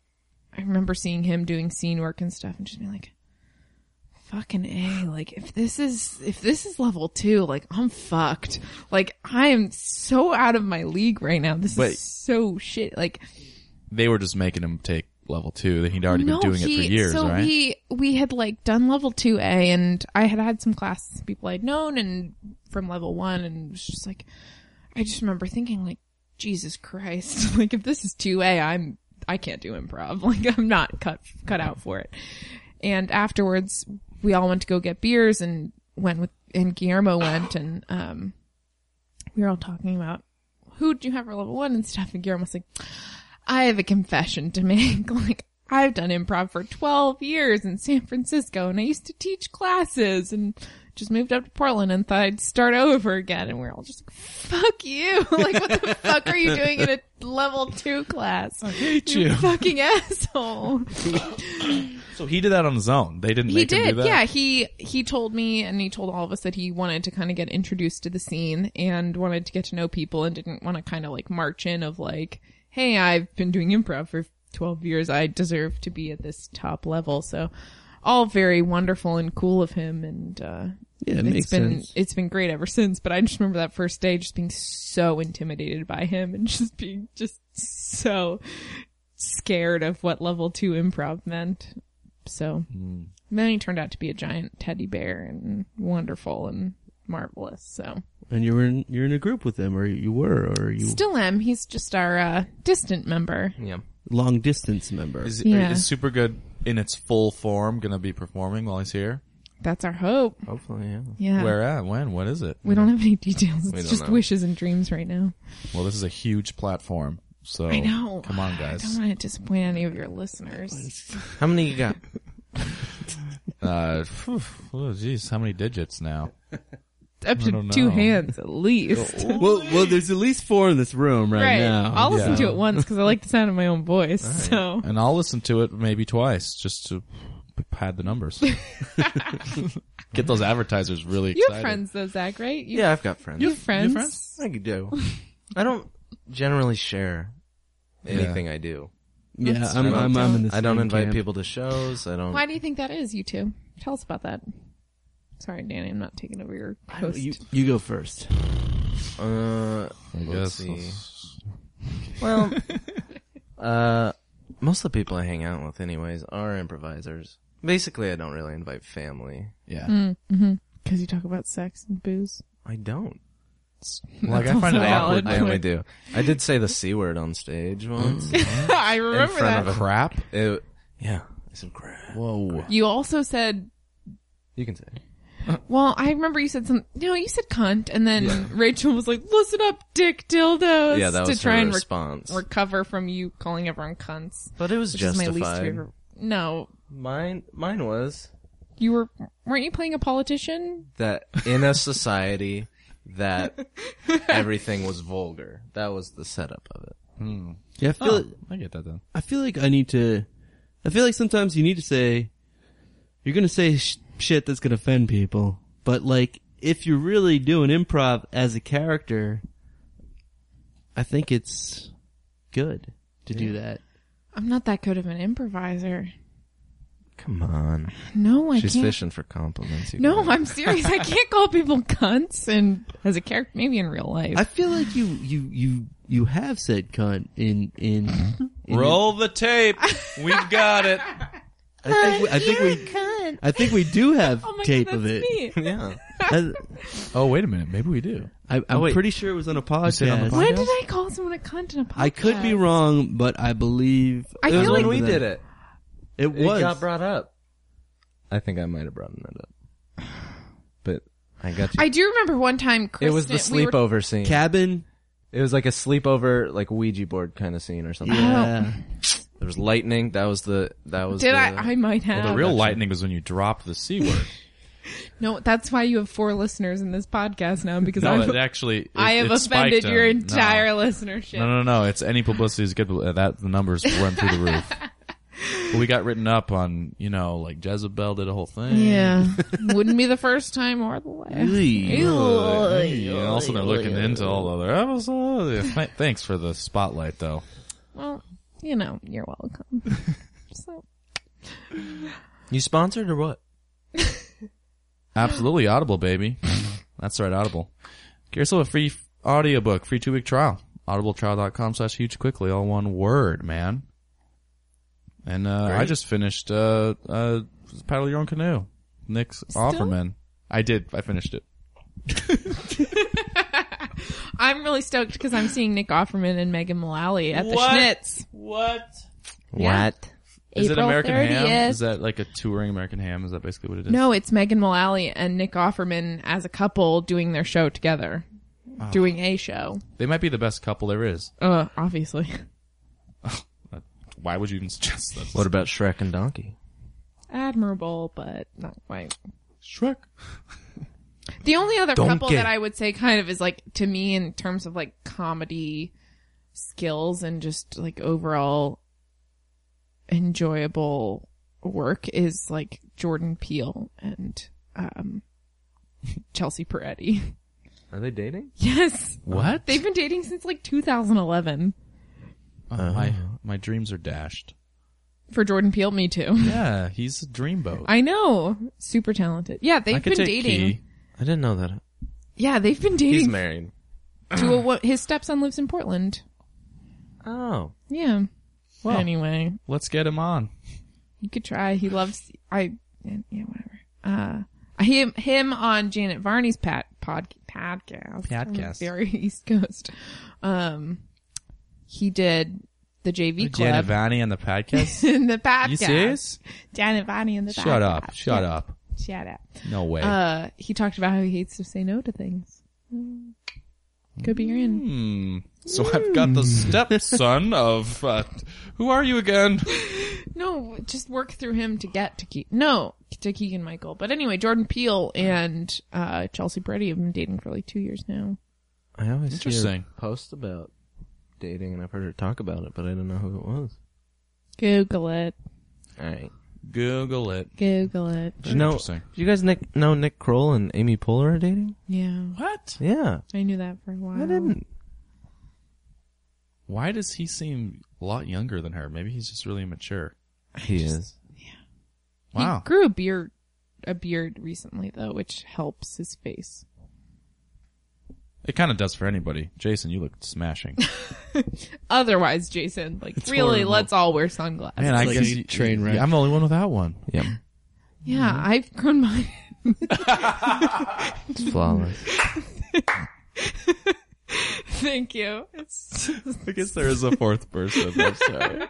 I remember seeing him doing scene work and stuff and just being like, fucking A, like if this is, if this is level two, like I'm fucked. Like I am so out of my league right now. This Wait. is so shit. Like They were just making him take level two. That he'd already been doing it for years, so right? we we had like done level two A, and I had had some classes with people I'd known and from level one, and it was just like, I just remember thinking like, Jesus Christ, like if this is two A, I'm I can't do improv, like I'm not cut cut out for it. And afterwards, we all went to go get beers and went with and Guillermo went and um, we were all talking about who do you have for level one and stuff, and Guillermo was like. I have a confession to make. Like, I've done improv for 12 years in San Francisco and I used to teach classes and just moved up to Portland and thought I'd start over again. And we're all just like, fuck you. like, what the fuck are you doing in a level two class? I hate you. Fucking asshole. So he did that on his own. They didn't He make him do did. that. Yeah. He, he told me and he told all of us that he wanted to kind of get introduced to the scene and wanted to get to know people and didn't want to kind of like march in of like, Hey, I've been doing improv for 12 years. I deserve to be at this top level. So all very wonderful and cool of him. And, uh, Yeah, it has makes been, sense. It's been great ever since, but I just remember that first day just being so intimidated by him and just being just so scared of what level two improv meant. So Hmm. and then he turned out to be a giant teddy bear and wonderful and marvelous. So And you were in, you're in a group with them, or you were, or you still am. He's just our uh, distant member. Yeah. long distance member. Is, Yeah. is super good in its full form going to be performing while he's here? That's our hope. Hopefully, yeah. Yeah. Where at? When? What is it? we don't have any details. We It's don't just know. wishes and dreams right now. Well, this is a huge platform. So I know. Oh, Come on, I don't guys. want to disappoint any of your listeners. How many you got? Uh, phew, oh, geez, how many digits now? Up I don't to two know. hands at least. Well, well, there's at least four in this room right, right. now. I'll listen Yeah. to it once because I like the sound of my own voice. So And I'll listen to it maybe twice just to pad the numbers. Get those advertisers really you excited. have friends though, Zach, right? You, Yeah, I've got friends. you have friends. I could do. I don't generally share anything I do. yeah, I'm, I'm, I'm in this. I don't same invite camp. people to shows. I don't. Why do you think that is? You two, tell us about that. Sorry, Danny, I'm not taking over your host. You, you go first. I Uh, let's guess. see. Well, uh, most of the people I hang out with, anyways, are improvisers. Basically, I don't really invite family. Yeah. Hmm, Because you talk about sex and booze. I don't. Well, like, I find it also awkward. valid. I only do. I did say the c word on stage once. I remember front that. of Crap. It- yeah, I said crap. Whoa. You also said, You can say. it. well, I remember you said something. No, you said cunt, and then Rachel was like, "Listen up, dick dildos." Yeah, that to was try her and re- response. recover from you calling everyone cunts, but it was which justified. is my least favorite. No, Mine, mine was you were weren't you playing a politician? that in a society that everything was vulgar. That was the setup of it. Yeah, I feel. Oh. I get that then. I feel like I need to. I feel like sometimes you need to say, you're gonna say sh- shit that's gonna offend people, but like if you're really doing improv as a character, I think it's good to do that. I'm not that good of an improviser. Come on, No, I she's can't. fishing for compliments. you No, guys. I'm serious. I can't call people cunts, and as a character, maybe in real life. I feel like you you you you have said cunt in in. in Roll the tape. We've got it. I think we, I think we Cunt. I think we do have oh my tape God, of it. that's me. Yeah, I, Oh, wait a minute. Maybe we do. I, I'm Oh, wait. pretty sure it was on a it on the podcast. podcast? When did I call someone a cunt in a podcast? I could be wrong, but I believe I it feel was like when we did it. it It was. got brought up. I think I might have brought it up, but I got you. I do remember one time. Kristen, it was the we were- sleepover scene. Cabin. It was like a sleepover, like Ouija board kind of scene or Oh. something. Yeah. There was lightning. That was the. That was. did the, I? I might have. Well, the real lightning was when you dropped the C word. no, that's why you have four listeners in this podcast now because no, I've, it actually. it- I have it spiked offended him. your No. entire listenership. No, no, no. It's any publicity is good. But uh, that the numbers run through the roof. But we got written up on, you know, like Jezebel did a whole thing. Yeah, wouldn't be the first time or the last. Uh, yeah, and also, they're looking into all the other episodes. Yeah, th- Thanks for the spotlight, though. Well, you know, you're welcome. so You sponsored or what? Absolutely Audible, baby. That's right, Audible. Get yourself a free f- audiobook, free two week trial. Audibletrial.com slash huge quickly, all one word, man. And uh, I just finished uh, uh, Paddle Your Own Canoe, Nick's Offerman. I did. I finished it. I'm really stoked because I'm seeing Nick Offerman and Megan Mullally at the Schnitz. Yeah. What? Is it April American 30th. Ham? Is that like a touring American Ham? Is that basically what it is? No, it's Megan Mullally and Nick Offerman as a couple doing their show together, doing a show. They might be the best couple there is. Uh, obviously. Why would you even suggest that? What about Shrek and Donkey? Admirable, but not quite. Shrek? The only other Donkey. couple that I would say kind of is like to me in terms of like comedy skills and just like overall enjoyable work is like Jordan Peele and um Chelsea Peretti. Are they dating? Yes. What? They've been dating since like 2011. Oh, my Uh-huh. my dreams are dashed. For Jordan Peele, me too. Yeah, he's a dreamboat. I know. Super talented. Yeah, they've I could been take dating. Key. I didn't know that. Yeah, they've been He's dating married. to a, wo- his stepson lives in Portland. Oh, Yeah. Well. anyway, Let's get him on. You could try. He loves I yeah whatever. Uh, him him on Janet Varney's pat pod podcast. Podcast. Very East Coast. Um, he did the JV Janet club Vanny on the podcast. in the podcast. You serious? Janet Varney in the Shut podcast. up! Shut Yeah, up! Shut up. No way. Uh, he talked about how he hates to say no to things. Mm. Could be you're in. Hmm. So I've got the stepson of uh, who are you again? No, just work through him to get to Keegan. No, to Keegan Michael. But anyway, Jordan Peele and uh, Chelsea Peretti have been dating for like two years now. I always see Interesting. her post about dating, and I've heard her talk about it, but I didn't know who it was. Google it. All right. Google it. Google it. You know, Interesting. you guys Nick, know Nick Kroll and Amy Poehler are dating? Yeah. What? Yeah, I knew that for a while. I didn't. Why does he seem a lot younger than her? Maybe he's just really immature. He is. Wow. He grew a beard, a beard recently though, which helps his face. It kind of does for anybody. Jason, you look smashing. Otherwise, Jason, like It's really, horrible. let's all wear sunglasses. Man, I like guess a you- train wreck. Yeah, I'm the only one without one. Yeah, yeah, Mm-hmm. I've grown mine. it's flawless. Thank you. It's I guess there is a fourth person. I'm sorry.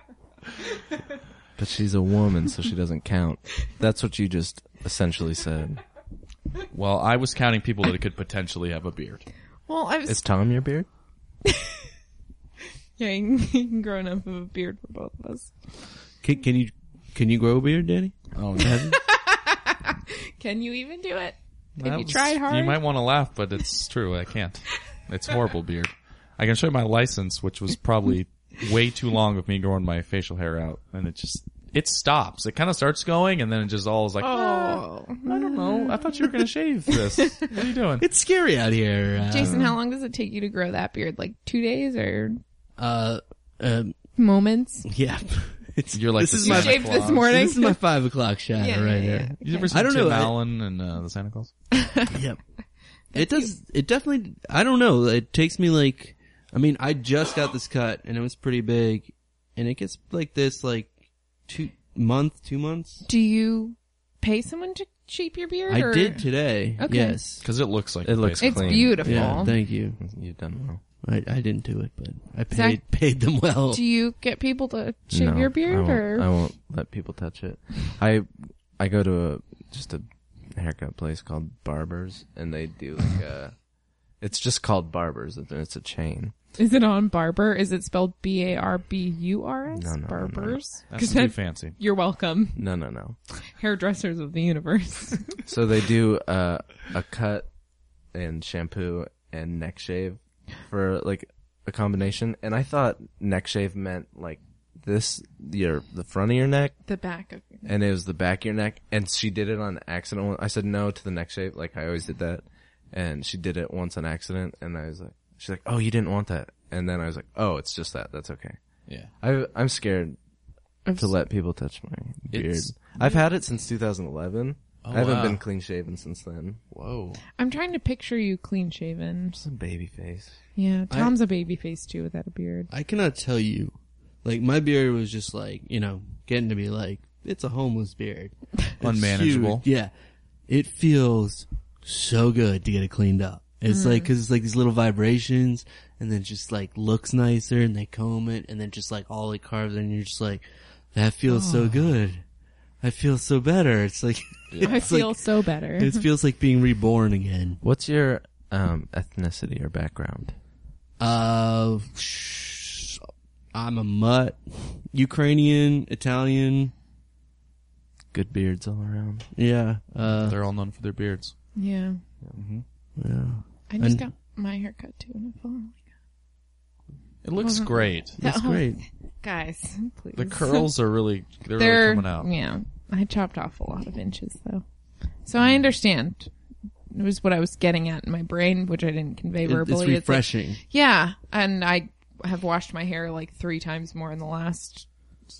But she's a woman, so she doesn't count. That's what you just essentially said. Well, I was counting people that could potentially have a beard. well, I was Is Tom your beard? getting grown up of a beard for both of us. Can, can you can you grow a beard, Danny? Oh, no. Can you even do it? If That you was- tried hard, You might want to laugh, but it's true. I can't. It's horrible beard. I can show you my license, which was probably way too long of me growing my facial hair out, and it just it stops. It kind of starts going, and then it just all is like, Oh, I don't know. I thought you were gonna shave this. What are you doing? It's scary out here. Uh, Jason, how long does it take you to grow that beard? Like two days or Uh, um, moments? yeah. It's, You're like this the is You my Santa shaved this Claus. morning. this is my five o'clock shadow Yeah, right yeah, here. yeah. You ever seen I don't Tim know, I- Allen and uh, the Santa Claus? Yep. It does. It definitely. I don't know. It takes me like. I mean, I just got this cut and it was pretty big, and it gets like this like two month, two months. Do you pay someone to shape your beard? I or- did today. Okay. Yes. Because it looks like It looks basically- It's Clean. beautiful. Yeah. Thank you. You've done well. I, I didn't do it, but I paid Zach- paid them well. Do you get people to shape No, your I beard won't, or? I won't let people touch it. I I go to a just a haircut place called Barbers, and they do like a. It's just called Barbers, and it's a chain. Is it on Barber? Is it spelled B A R B U R S? No, no, no, no. Barbers. That's 'Cause too that- fancy. you're welcome, No, no, no. hairdressers of the universe. So they do uh, a cut and shampoo and neck shave for like a combination. And I thought neck shave meant like this your the front of your neck the back of your and it was the back of your neck. And she did it on accident. I said no to the neck shave, like I always did that. And she did it once on accident, and I was like, she's like, oh, you didn't want that. And then I was like, oh, it's just that. That's okay. Yeah. I I'm scared to let people touch my beard. It's- I've had it since 2011. Oh, I haven't wow. been clean shaven since then. Whoa. I'm trying to picture you clean shaven. It's a baby face. Yeah, I- Tom's a baby face too without a beard. I cannot tell you. Like my beard was just like you know getting to be like it's a homeless beard, It's Unmanageable. huge. Yeah, it feels so good to get it cleaned up. It's Mm-hmm. like because it's like these little vibrations, and then it just like looks nicer, and they comb it, and then just like all it carves, and you're just like, that feels Oh. so good. I feel so better. It's like I it's feel like, so better. it feels like being reborn again. What's your um, ethnicity or background? Uh, sh- I'm a mutt. Ukrainian, Italian. Good beards all around. Yeah. Uh, They're all known for their beards. Yeah. yeah. I just And- got my haircut too. And I fell. It looks great. That's Oh, great. Guys, please. The curls are really they're, They're really coming out. yeah. I chopped off a lot of inches though, so I understand. It was what I was getting at in my brain, which I didn't convey It- verbally. it's like- refreshing. yeah, and I have washed my hair like three times more in the last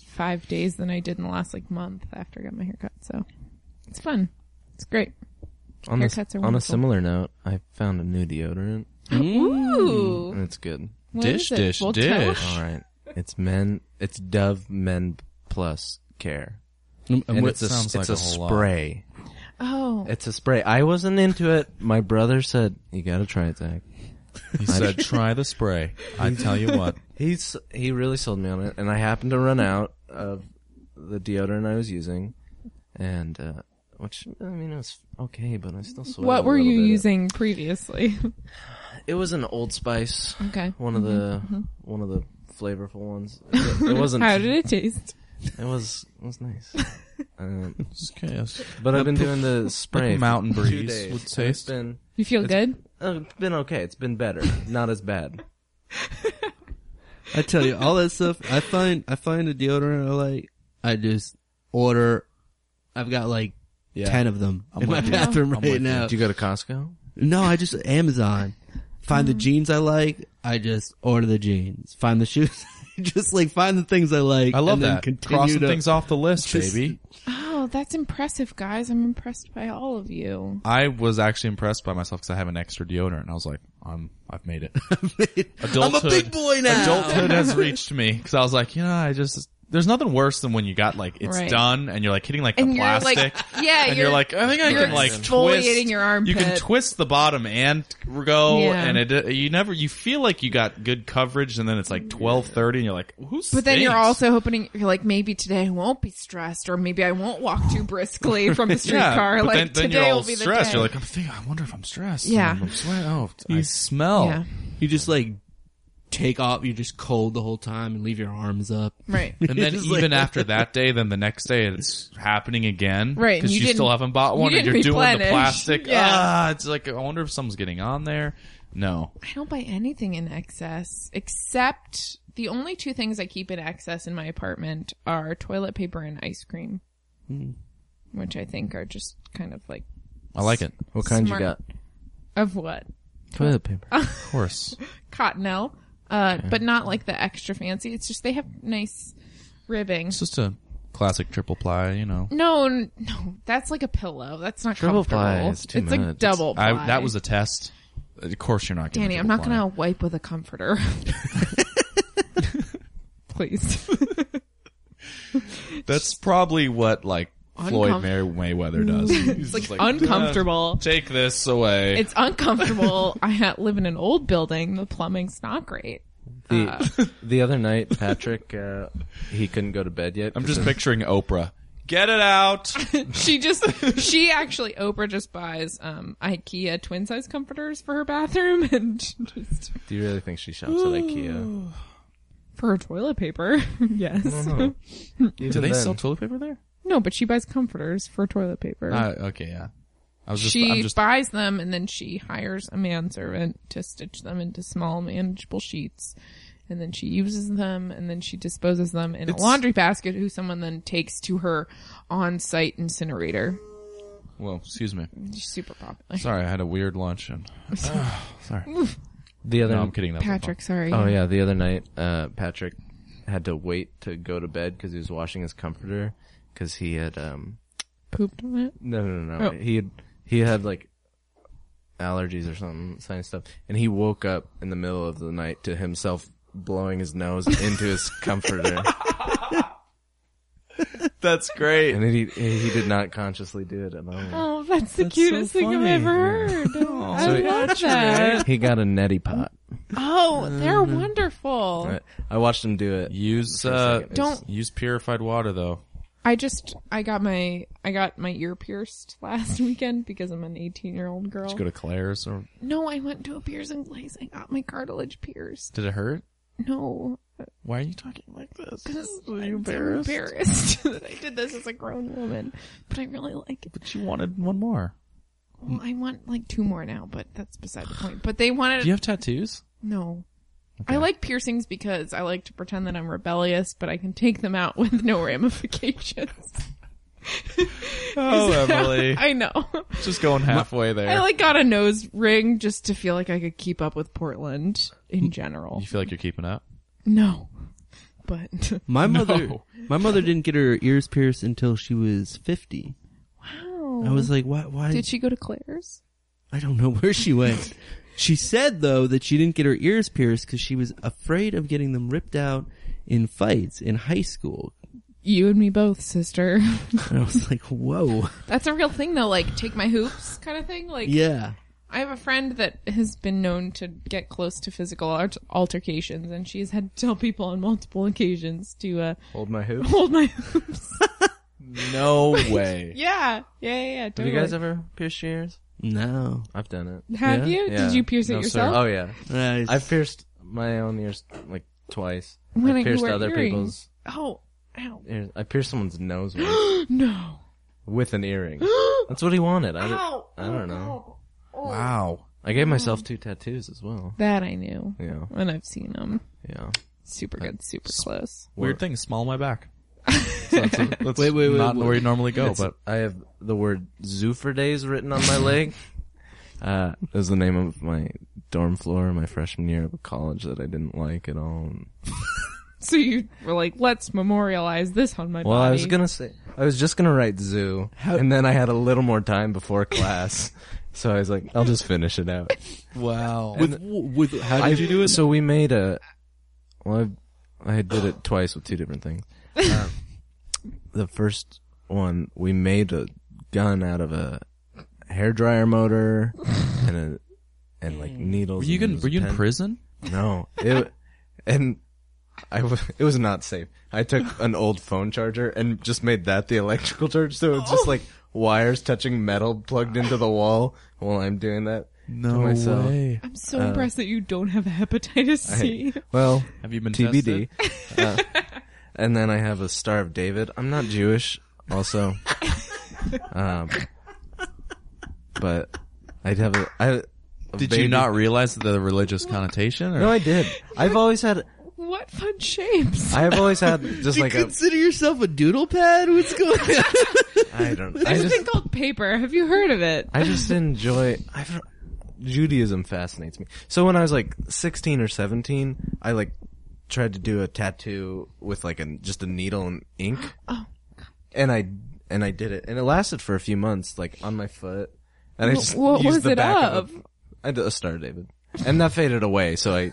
five days than I did in the last like month after I got my haircut. So it's fun. It's great. On, a, Haircuts are on wonderful. a similar note, I found a new deodorant Ooh, and it's good. What Dish, is it? dish, We'll tell. dish. All right. It's men. It's Dove Men Plus Care. And- and And what- it's a, sounds it's like a, a whole lot. spray. Oh, It's a spray. I wasn't into it. My brother said, "You gotta try it, Zach." He said, "Try the spray." I tell you what, He's he really sold me on it, and I happened to run out of the deodorant I was using, and uh, which I mean it was okay, but I still sweated. what a were little you bit. using previously? It was an Old Spice. Okay. One of the one of the flavorful ones. It, it wasn't. Mm-hmm, How did it taste? It was it was nice. Um, it's chaos. but I've been doing the spray Like mountain for two breeze would days, and It's taste. been You feel good? uh, it's been okay. It's been better. Not as bad. I tell you, all that stuff. I find I find a deodorant I like. I just order. I've got like ten of them in my with you. bathroom I'm right with you. now. Did you go to Costco? No, I just Amazon. Find the jeans I like. I just order the jeans. Find the shoes. just like find the things I like. I love and then that. Continue Crossing to- things off the list, just- baby. Oh, that's impressive, guys. I'm impressed by all of you. I was actually impressed by myself because I have an extra deodorant, and I was like, "I'm, I've made it." I'm a Adulthood- big boy now. Adulthood has reached me because I was like, you know, I just there's nothing worse than when you got like it's Right. done and you're like hitting like the And you're plastic. like, yeah, and you're, like, "Oh, I think I you're can like exfoliating twist your You can armpit. twist the bottom and go, Yeah. and it you never you feel like you got good coverage, and then it's like twelve thirty, and you're like, who? But then you're also hoping you're like maybe today I won't be stressed, or maybe I won't walk too briskly from the yeah, streetcar. but like then, then today you're all will be the stressed. day. You're like, I'm thinking, I wonder if I'm stressed. Yeah. I'm sweating. Oh, I You- smell. yeah, You just like take off. You're just cold the whole time and leave your arms up. right. And then Just even like- after that day, then the next day it's happening again. Right, and Because you you, still didn't- haven't bought you one and you're didn't doing the replenish. plastic. Yeah. Ah, it's like, I wonder if something's getting on there. No. I don't buy anything in excess except the only two things I keep in excess in my apartment are toilet paper and ice cream, Hmm. which I think are just kind of like I like it. What kind Smart. you got? of what Toilet paper. Of course. cottonelle, uh, but not like the extra fancy. It's just they have nice ribbing. It's just a classic triple ply, you know. No, n- no, that's like a pillow. That's not Triple comfortable. ply is too it's much. like double ply. I, that was a test. Of course you're not getting Danny. a I'm not triple gonna wipe with a comforter. Please. ply. That's probably what, like, Floyd Uncom- May- Mayweather does. He's like, just uncomfortable. "Uh, Take this away. It's uncomfortable. I ha- live in an old building. The plumbing's not great. The the other night, Patrick, uh, he couldn't go to bed yet. I'm just picking. picturing Oprah. Get it out. She just, she actually, Oprah just buys um IKEA twin size comforters for her bathroom and just Do you really think she shops at IKEA? for her toilet paper. yes. Do they sell toilet paper there? No, but she buys comforters for toilet paper. Uh, okay, yeah. I was just, she I'm just buys them and then she hires a manservant to stitch them into small manageable sheets and then she uses them and then she disposes them in a laundry basket who someone then takes to her on-site incinerator Well, excuse me. She's super popular Sorry, I had a weird lunch and sorry. the other. No, I'm kidding. That was patrick sorry Oh yeah, the other night, uh, Patrick had to wait to go to bed because he was washing his comforter because he had um pooped on it no no no, Oh. no. he had he had like allergies or something sinus stuff and he woke up in the middle of the night to himself blowing his nose into his comforter That's great. and he he did not consciously do it at all. oh that's the cutest thing i've ever heard Oh, i So- love that He got a neti pot. oh they're wonderful I- I watched him do it. Use uh, second. Don't- use purified water though. I just I got my I got my ear pierced last weekend because I'm an 18 year old girl. Just go to Claire's or No, I went to a piercing place. I got my cartilage pierced. did it hurt? No, Why are you talking like this? Are I'm you so embarrassed? embarrassed that I did this as a grown woman, but I really like it. But you wanted one more. Hmm. Well, I want like two more now, but that's beside the point. But they wanted Do you have tattoos? no. I like piercings because I like to pretend that I'm rebellious, but I can take them out with no ramifications. Oh, Emily. I know. Just going halfway there. I like got a nose ring just to feel like I could keep up with Portland in general. you feel like you're keeping up? No, but My No. mother, my mother didn't get her ears pierced until she was fifty. wow. Oh. I was like, why? Why? Did she go to Claire's? I don't know where she went. she said though that she didn't get her ears pierced because she was afraid of getting them ripped out in fights in high school. You and me both, sister. And I was like, whoa, That's a real thing though, like take my hoops kind of thing. Like yeah. I have a friend that has been known to get close to physical alt- altercations and she's had to tell people on multiple occasions to uh Hold my hoop. hold my hoops. No way. yeah. Yeah, yeah, yeah. Have Totally. you guys ever pierced your ears? No, I've done it. Have Yeah. you? Yeah. Did you pierce it No, sir. yourself? Oh yeah, Nice. I've pierced my own ears like twice. When I you pierced wear other earrings. people's Oh, ow. ears. I pierced someone's nose once No. with an earring. That's what he wanted. I, Ow. I Oh, don't know. Wow. I gave myself two tattoos as well. That I knew. Yeah, And I've seen them. yeah. Super good, super close. Weird thing. Small my back. Let's wait, wait, wait. Not wait. where you normally go, It's- but I have the word Zoofer Days written on my leg. Uh, it was the name of my dorm floor my freshman year of college that I didn't like at all. And- So you were like, let's memorialize this on my Well, body. I was gonna say, I was just gonna write zoo, and then I had a little more time before class, so I was like, I'll just finish it out. wow. with with how I- did you do it? So we made a. Well, I, I did it twice with two different things. Um, the first one, we made a gun out of a hair dryer motor and a and like needles. were you and in, it was were a you in pen. prison? No, it and I w- it was not safe. I took an old phone charger and just made that the electrical charge, so it was just like wires touching metal plugged into the wall while I'm doing that. No myself. way. I'm so uh, impressed that you don't have hepatitis C. Well, Have you been TBD. tested? Uh, and then I have a Star of David. I'm not Jewish, also. um, but I'd have a. I, a Did baby- you not realize the religious connotation? Or? No, I did. I've always had. What fun shapes! I have always had just Do you like a. consider yourself a doodle pad? What's going on? I don't. I There's a just. thing called paper. Have you heard of it? I just enjoy. I've, Judaism fascinates me. So when I was like 16 or 17, I like tried to do a tattoo with like a just a needle and ink. Oh. And I and I did it, and it lasted for a few months, like on my foot. And I Wh- just what used was the it back of? a- I did a Star David, and that faded away. So I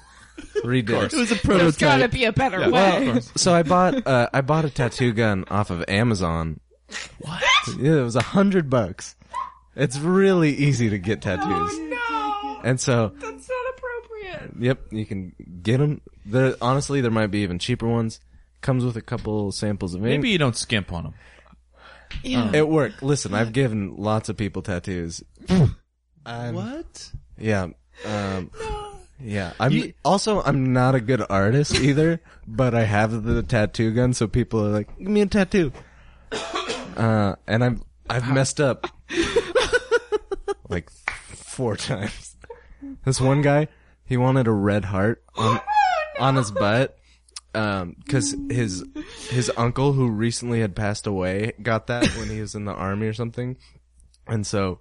It redid. was a There's gotta prototype. be a better way. Well, so I bought uh, I bought a tattoo gun off of Amazon. What? Yeah, it was a hundred bucks. It's really easy to get tattoos, no, and so that's not appropriate. yep, you can get them. There, honestly, there might be even cheaper ones. Comes with a couple samples of ink. Uh, Maybe you don't skimp on them. Yeah. it worked. Listen, I've given lots of people tattoos. I'm- What? Yeah. Um, yeah. I'm also I'm not a good artist either, but I have the tattoo gun, so people are like, "Give me a tattoo." Uh, and I'm I've messed up like four times. This one guy, he wanted a red heart on, on his butt. Um, cause his, his uncle who recently had passed away got that when he was in the army or something. And so,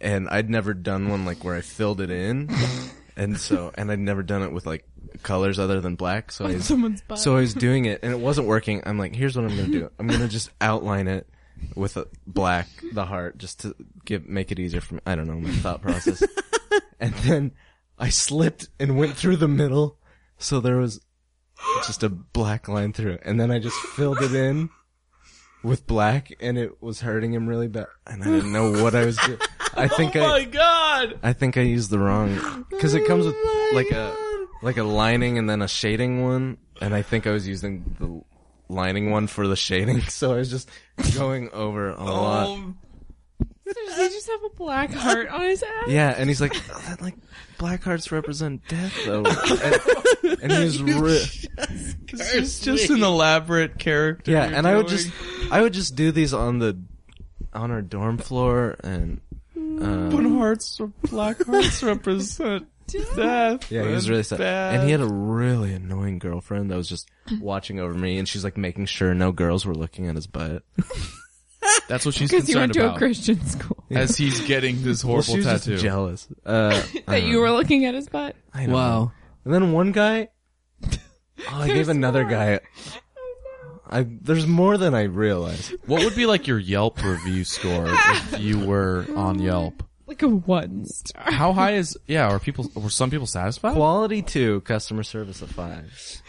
and I'd never done one like where I filled it in. And so, and I'd never done it with like colors other than black. So I was, Someone's butt. so I was doing it and it wasn't working. I'm like, here's what I'm going to do. I'm going to just outline it with a black, the heart, just to give, make it easier for me. I don't know, my thought process. and then I slipped and went through the middle. So there was just a black line through it. And then I just filled it in with black and it was hurting him really bad. And I didn't know what I was doing. I think Oh I. God! I think I used the wrong because it comes with like a like a lining and then a shading one, and I think I was using the lining one for the shading, so I was just going over a lot. Um, Does he just have a black heart on his ass? Yeah, and he's like, "Oh, that like black hearts represent death, though, and, and he was re- It's just an elaborate character. Yeah, you're and I would doing. just I would just do these on the on our dorm floor and um, Open hearts or black hearts represent death. yeah, he was really sad. bad. And he had a really annoying girlfriend that was just watching over me, and she's like making sure no girls were looking at his butt. That's what she's Because you concerned went to about. a Christian school. As he's getting this Well, horrible she was just tattoo. jealous uh, that you were looking at his butt. I don't know. Wow. And then one guy, oh, I gave another guy. I there's more than I realized. What would be like your Yelp review score if you were on Yelp? Like a one star. How high is yeah? Are people were some people Oh. satisfied? Quality two, customer service a five.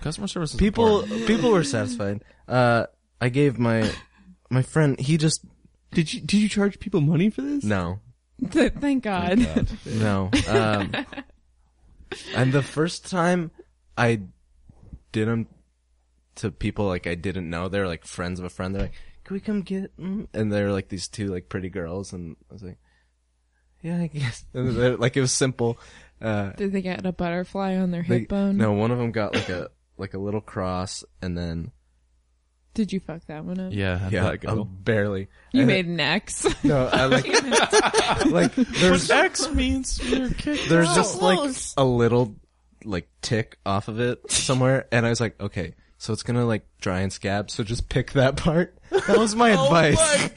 Customer service. Is People important. people were satisfied. Uh, I gave my my friend. He just Did you did you charge people money for this? no Thank God. no. Um, and the first time I did them to people like I didn't know, they're like friends of a friend. They're like, "Can we come get?" 'em?" And they're like these two like pretty girls, and I was like, "Yeah, I guess." And they're, like it was simple. Uh, Did they get a butterfly on their they- hip bone? No, one of them got like a like a little cross, and then Did you fuck that one up? yeah, how'd yeah, that go? um, barely. You And- made an X. no, I like like there's X means you're kicked. There's just like a little like tick off of it somewhere, and I was like, okay, so it's gonna like dry and scab, so just pick that part. That was my advice.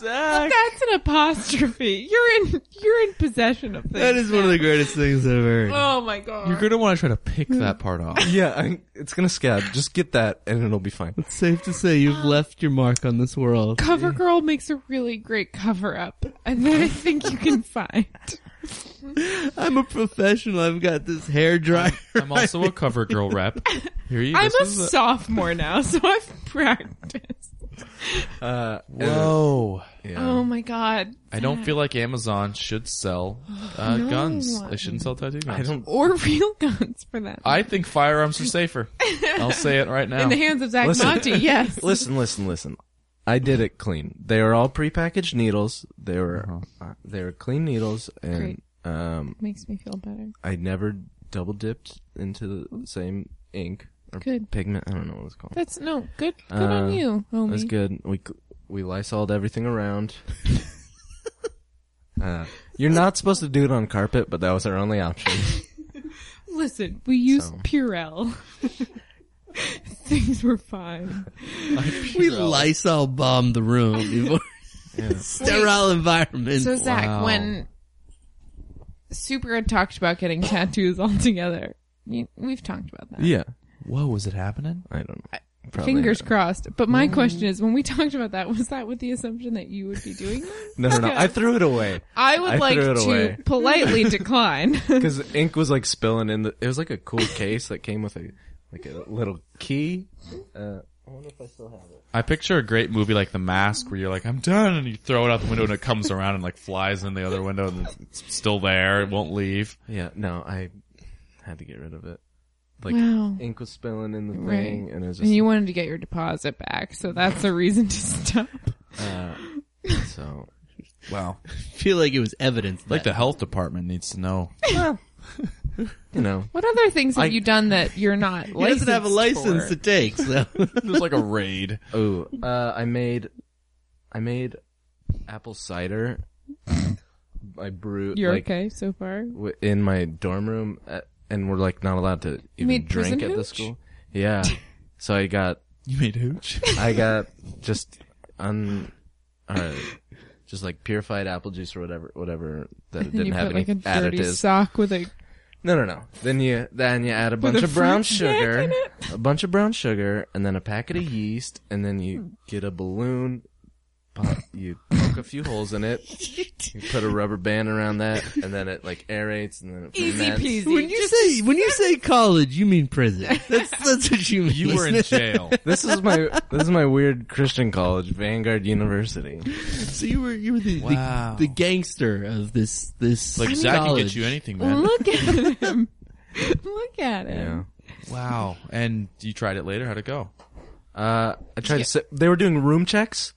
That's an apostrophe. You're in you're in possession of things. That is one of the greatest things I've ever heard. Oh my god. You're gonna want to try to pick that part off. Yeah, I, it's gonna scab. Just get that, and it'll be fine. It's safe to say you've left your mark on this world. CoverGirl makes a really great cover up and that I think you can find. I'm a professional. I've got this hair dryer. I'm also a cover girl rep. Here you. I'm this a is a- sophomore now, so I've practiced. Uh, and- Whoa. yeah. Oh my god. I don't feel like Amazon should sell uh, No. guns. They shouldn't sell tattoo guns. I don't. Or real guns for that. I think firearms are safer. I'll say it right now. in the hands of Zach Listen. Monty, yes. Listen, listen, listen. I did it clean. They were all prepackaged needles. They were uh, they were clean needles, and um, Makes me feel better. I never double dipped into the same ink or Good. pigment. I don't know what it's called. That's no good. Good Uh, on you, homie. That's good. We cl- we lysoled everything around. uh, you're not supposed to do it on carpet, but that was our only option. Listen, we used So. Purell. Things were fine. We Lysol bombed the room before. Sterile environment. So Zach, Wow. when Super had talked about getting tattoos altogether, you, we've talked about that. yeah, Whoa, was it happening? I don't know. Fingers crossed. But Mm-hmm. my question is, when we talked about that, was that with the assumption that you would be doing that? No, no, no. I threw it away I would I like threw to it away. politely decline. because ink was like spilling in the. It was like a cool case that came with a like a little key. Uh, I picture a great movie like The Mask where you're like, I'm done, and you throw it out the window and it comes around and like flies in the other window and it's still there. It won't leave. yeah, no, I had to get rid of it. Like Wow. ink was spilling in the Right. thing, and it was just and you wanted to get your deposit back, so that's a reason to stop. uh, so. Wow. I feel like it was evidence. Like that. the health department needs to know. You know, What other things have I- you done that you're not He doesn't licensed have a license to for? take. So There's like a raid. Oh, uh, I made, I made apple cider. I brewed You're like okay so far? w- in my dorm room, at, and we're like not allowed to even made prison drink at the hooch? school. Yeah, so I got, You made hooch? I got just un, uh, just like purified apple juice or whatever, whatever that it Then didn't you have put like a any dirty additives. sock with a No, no, no. Then you then you add a bunch a of brown fruit snack sugar, in a bunch of brown sugar, and then a packet of yeast, and then you get a balloon. pop- You poke a few holes in it. You put a rubber band around that, and then it like aerates, and then it ferments. when you say when you say college, you mean prison. That's that's what you mean. You were in jail. This is my this is my weird Christian college, Vanguard University. So you were you were the, Wow. the, the gangster of this this Like, college. Zach can get you anything, man. Look at him. Look at him. Yeah. Mm-hmm. Wow. And you tried it later? How'd it go? Oh, Uh, I tried to. Sit, they were doing room checks.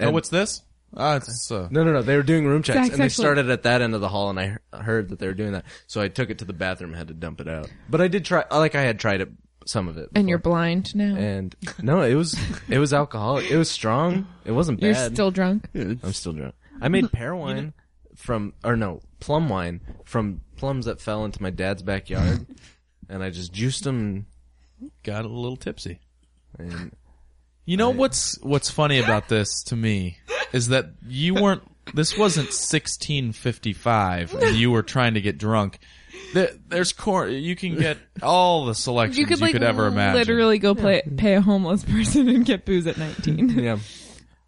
oh, what's this? Ah, it's uh, No, no, no. They were doing room checks, Zach's and they actually- started at that end of the hall, and I he- heard that they were doing that. So I took it to the bathroom, had to dump it out. But I did try, like I had tried it, some of it. And you're before. blind now. And no, it was it was alcoholic. It was strong. It wasn't bad. you're still drunk. I'm still drunk. I made pear wine from, or no, plum wine from plums that fell into my dad's backyard, and I just juiced them. got a little tipsy. And You know what's what's funny about this to me is that you weren't. This wasn't 1655, and you were trying to get drunk. There, there's core. You can get all the selections you You could, could like ever imagine. literally go play, pay a homeless person and get booze at 19. yeah,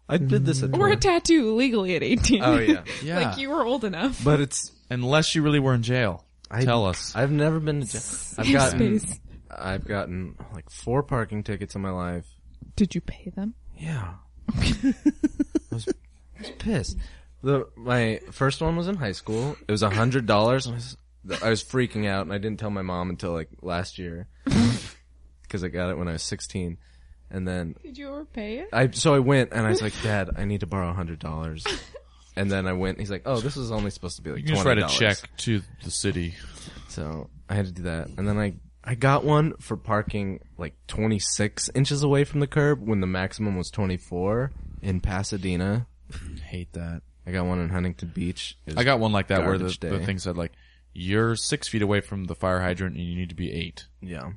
I did this at. or a home. tattoo legally at 18. oh yeah, yeah. Like you were old enough. but it's. unless you really were in jail. I, Tell us. I've never been to jail. I've gotten. space. I've gotten like four parking tickets in my life. Did you pay them? Yeah. I, was, I was pissed. The, my first one was in high school. It was a hundred dollars. I was, I was freaking out, and I didn't tell my mom until like last year, because I got it when I was sixteen. And then Did you ever pay it? I, so I went, and I was like, Dad, I need to borrow a hundred dollars. And then I went. and He's like, Oh, this was only supposed to be like you can just $20. write a check to the city. So I had to do that, and then I I got one for parking like 26 inches away from the curb when the maximum was 24 in Pasadena. Hate that. I got one in Huntington Beach. It was- I got one like that where the, Garbage the day. thing said like, "You're six feet away from the fire hydrant, and you need to be eight. yeah.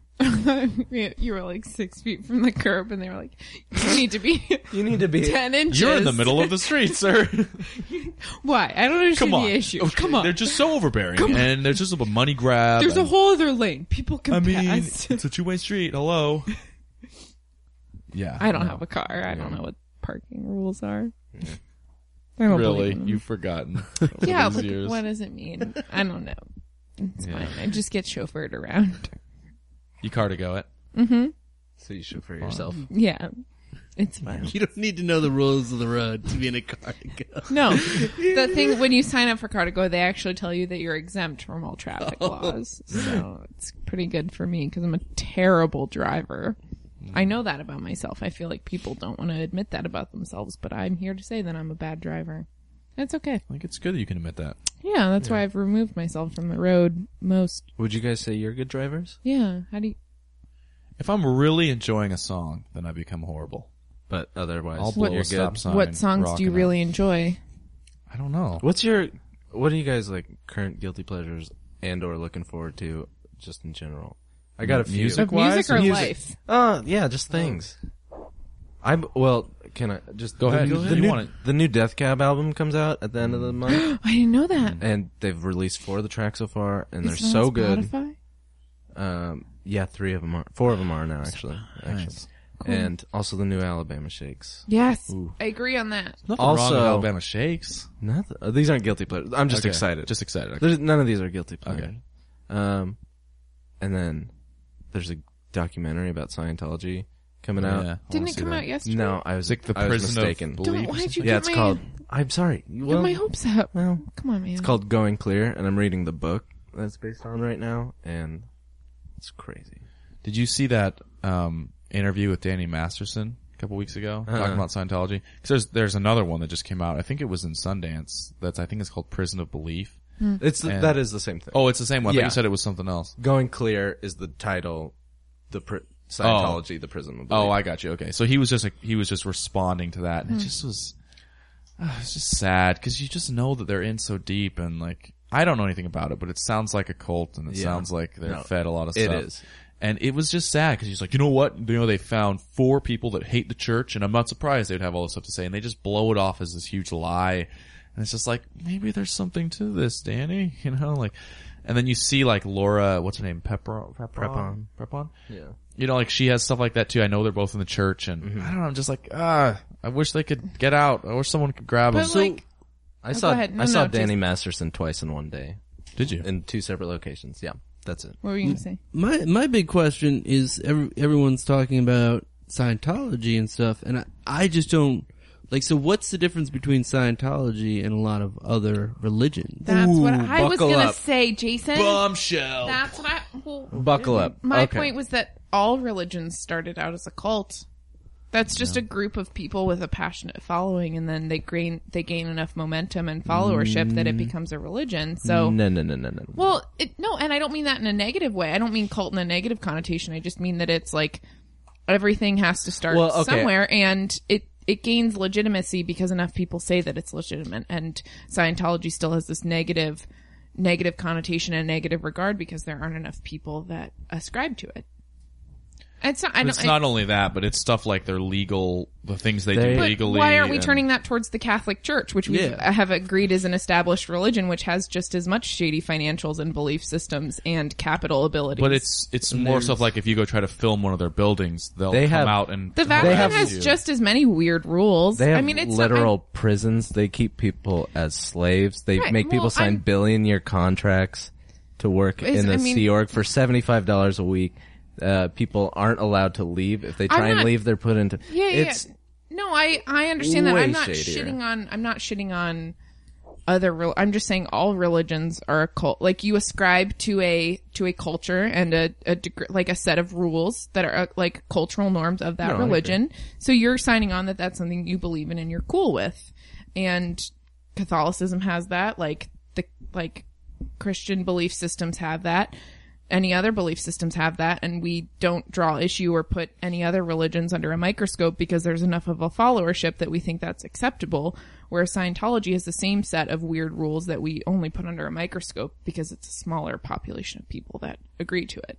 you were like six feet from the curb and they were like, you need to be You need to be. 10 inches. You're in the middle of the street, sir. Why? I don't understand Come on. the issue. Come on. They're just so overbearing, and there's just a money grab. There's a and- whole other lane. People can I mean, pass. it's a two way street. Hello. Yeah. I don't have a car. I don't know what parking rules are. I don't believe Really, in them. you've forgotten. yeah, these like, years. what does it mean? I don't know. It's fine. I just get chauffeured around. You car to go it. So you should for yourself. Yeah. It's fine. You don't need to know the rules of the road to be in a car to go. No. the thing when you sign up for Cardigo, they actually tell you that you're exempt from all traffic Oh. laws. So it's pretty good for me because I'm a terrible driver. I know that about myself. I feel like people don't want to admit that about themselves, but I'm here to say that I'm a bad driver. It's okay. I think it's good that you can admit that. Yeah, that's why I've removed myself from the road most. Would you guys say you're good drivers? Yeah, how do you? If I'm really enjoying a song, then I become horrible. But otherwise, I'll blow you're a stop good. sign. what songs do rocking you out. really enjoy? I don't know. What's your? What are you guys like? Current guilty pleasures and or looking forward to, just in general. I got a few. Music? Of music or Music. life? Uh, yeah, just things. I'm well. Can I just Go the- ahead. The, Go ahead. You new, want it. the new Death Cab album comes out at the end of the month, I didn't know that. and they've released four of the tracks so far, and It's they're on so good. Spotify? Um, yeah, three of them are, four of them are now actually, actually, and also the new Alabama Shakes. Yes, I agree on that. Nothing wrong with Also- Alabama Shakes. Nothing. uh, These aren't guilty pleasures. I'm just Okay, excited. Just excited. Okay. There's, none of these are guilty pleasures. Okay. Um, and then there's a documentary about Scientology coming Yeah, I out. wanna Didn't it see come that. out yesterday? No, I was Like Oh, the I was prison mistaken. of Don't. beliefs. Why did you yeah, get it's my, called. I'm sorry. get Well, my hopes up? well, Come on, man. it's called Going Clear, and I'm reading the book that's based on right now, and it's crazy. Did you see that um, interview with Danny Masterson a couple weeks ago talking about Scientology? 'Cause there's there's another one that just came out. I think it was in Sundance. That's I think it's called Prison of Belief. Hmm. It's the, And- that is the same thing. Oh, it's the same one. I Yeah. think you said it was something else. Going Clear is the title. The pr- Scientology, the prison. of Oh, Belief. I got you. Okay, so he was just like, he was just responding to that, and Hmm. it just was uh, it's just sad because you just know that they're in so deep and like I don't know anything about it, but it sounds like a cult and it Yeah. sounds like they're No, fed a lot of it stuff. is. And it was just sad because he's like, you know what? You know they found four people that hate the church, and I'm not surprised they'd have all this stuff to say, and they just blow it off as this huge lie. And it's just like maybe there's something to this, Danny. You know, like, and then you see like Laura, what's her name, Pepper, Prepon, Prepon. Yeah. You know, like she has stuff like that too. I know they're both in the church, and I don't know. I'm just like, ah, I wish they could get out. I wish someone could grab them. but like, I saw. Oh, ahead. No, I saw no, Danny Masterson twice in one day Did you? in two separate locations. Yeah, that's it. what were you gonna say? My my big question is every, everyone's talking about Scientology and stuff, and I, I just don't like. So, what's the difference between Scientology and a lot of other religions? That's what I was buckle gonna up. say, Jason. Bombshell. That's what. I, well, Buckle up. my Okay. point was that all religions started out as a cult. That's just a group of people with a passionate following, and then they gain they gain enough momentum and followership that Mm. it becomes a religion. So No, no, no, no, no. well, it, no, and I don't mean that in a negative way. I don't mean cult in a negative connotation. I just mean that it's like everything has to start Well, okay. somewhere, and it it gains legitimacy because enough people say that it's legitimate. And Scientology still has this negative negative connotation and negative regard because there aren't enough people that ascribe to it. It's not. I don't, It's I- not only that, but it's stuff like their legal, the things they, They- do But but legally. why aren't we and- turning that towards the Catholic Church, which we Yeah. have agreed is an established religion, which has just as much shady financials and belief systems and capital abilities. But it's it's more stuff like if you go try to film one of their buildings, they'll They come have- out and the tell Vatican you. have- has just as many weird rules. They have I mean, it's not- literal prisons. They keep people as slaves. They Right, make well, people sign I'm- billion-year contracts to work Is- in the I mean- Sea Org for seventy-five dollars a week. Uh, people aren't allowed to leave. If they I'm try and not- leave, they're put into. yeah, yeah, it's yeah. No, I I understand that. way I'm not shadier. shitting on. I'm not shitting on other. Rel- I'm just saying all religions are a cult. Like you ascribe to a to a culture and a a deg- like a set of rules that are uh, like cultural norms of that No, I religion. So you're signing on that that's something you believe in and you're cool with. And Catholicism has that. Like the like Christian belief systems have that. Any other belief systems have that, and we don't draw issue or put any other religions under a microscope because there's enough of a followership that we think that's acceptable. Whereas Scientology has the same set of weird rules that we only put under a microscope because it's a smaller population of people that agree to it.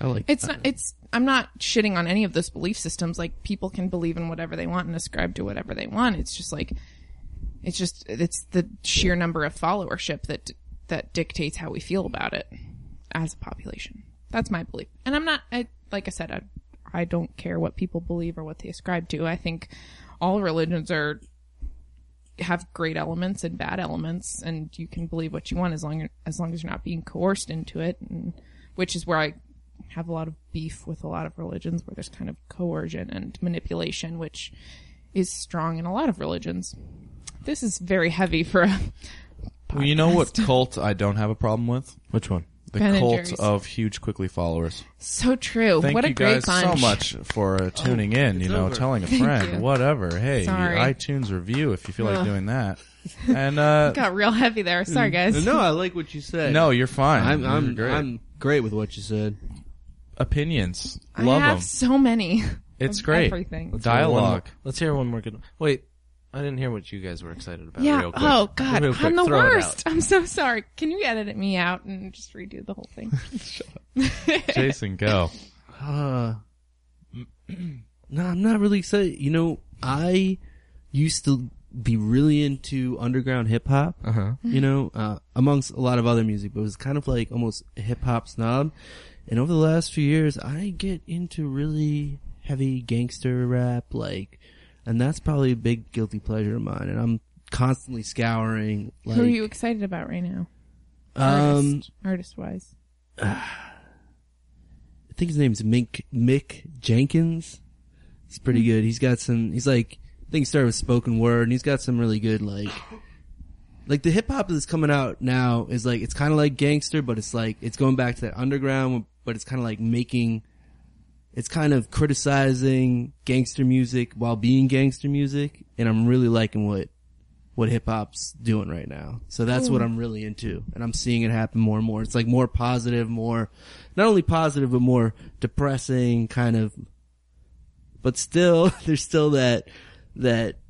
I like It's not, it's, I'm not shitting on any of those belief systems. Like, people can believe in whatever they want and ascribe to whatever they want. It's just like, it's just, it's the sheer number of followership that, that dictates how we feel about it as a population. That's my belief. And I'm not, I, like I said, I, I don't care what people believe or what they ascribe to. I think all religions are, have great elements and bad elements and you can believe what you want as long as long as you're not being coerced into it and which is where I have a lot of beef with a lot of religions where there's kind of coercion and manipulation, which is strong in a lot of religions. This is very heavy for a. Well, you know what cult I don't have a problem with? which one? The Ben and cult Jerry's. of huge quickly followers. So true. Thank what a you great guys bunch. so much for uh, tuning in. You know, Oh, over. telling a friend, you. whatever. Hey, Sorry. iTunes review if you feel like Ugh. doing that. And uh, Got real heavy there. Sorry, guys. No, I like what you said. no, you're fine. I'm I'm You're great. I'm great with what you said. opinions. I Love have them. so many. It's of great. Everything. Dialogue. Let's hear one more good. One. Wait, I didn't hear what you guys were excited about. Yeah. Real quick. Oh God, Real quick, I'm the throw it out. worst. I'm so sorry. Can you edit it me out and just redo the whole thing? Jason, go. Uh, no, I'm not really excited. You know, I used to be really into underground hip hop. Uh-huh. You know, uh, amongst a lot of other music, but it was kind of like almost a hip hop snob. And over the last few years, I get into really heavy gangster rap, like, and that's probably a big guilty pleasure of mine. And I'm constantly scouring. Like, Who are you excited about right now? Um, artist wise. I think his name's Mink Mick Jenkins. He's pretty good. He's got some. He's like I think he started with spoken word, and he's got some really good like, like the hip hop that's coming out now is like it's kind of like gangster, but it's like it's going back to that underground, but it's kind of like making, it's kind of criticizing gangster music while being gangster music, and I'm really liking what what hip hop's doing right now. So that's Hmm. what I'm really into. And I'm seeing it happen more and more. It's like more positive, more, not only positive, but more depressing kind of, but still, there's still that, that,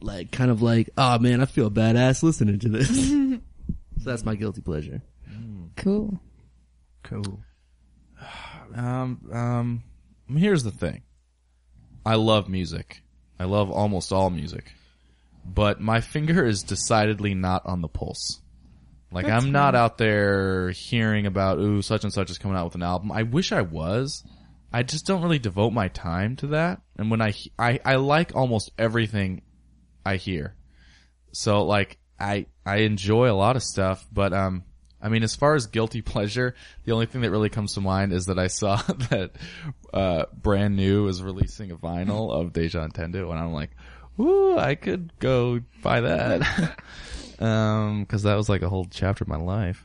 like, kind of like, oh man, I feel badass listening to this. so that's my guilty pleasure. Cool. Cool. Um, um, here's the thing. I love music. I love almost all music, but my finger is decidedly not on the pulse. Like I'm not out there hearing about ooh such and such is coming out with an album. I wish I was. I just don't really devote my time to that. And when I he- I, I like almost everything I hear. So like I I enjoy a lot of stuff, but um I mean as far as guilty pleasure, the only thing that really comes to mind is that I saw that uh brand new is releasing a vinyl of Deja Tendu and I'm like, "Ooh, I could go buy that." um cuz that was like a whole chapter of my life.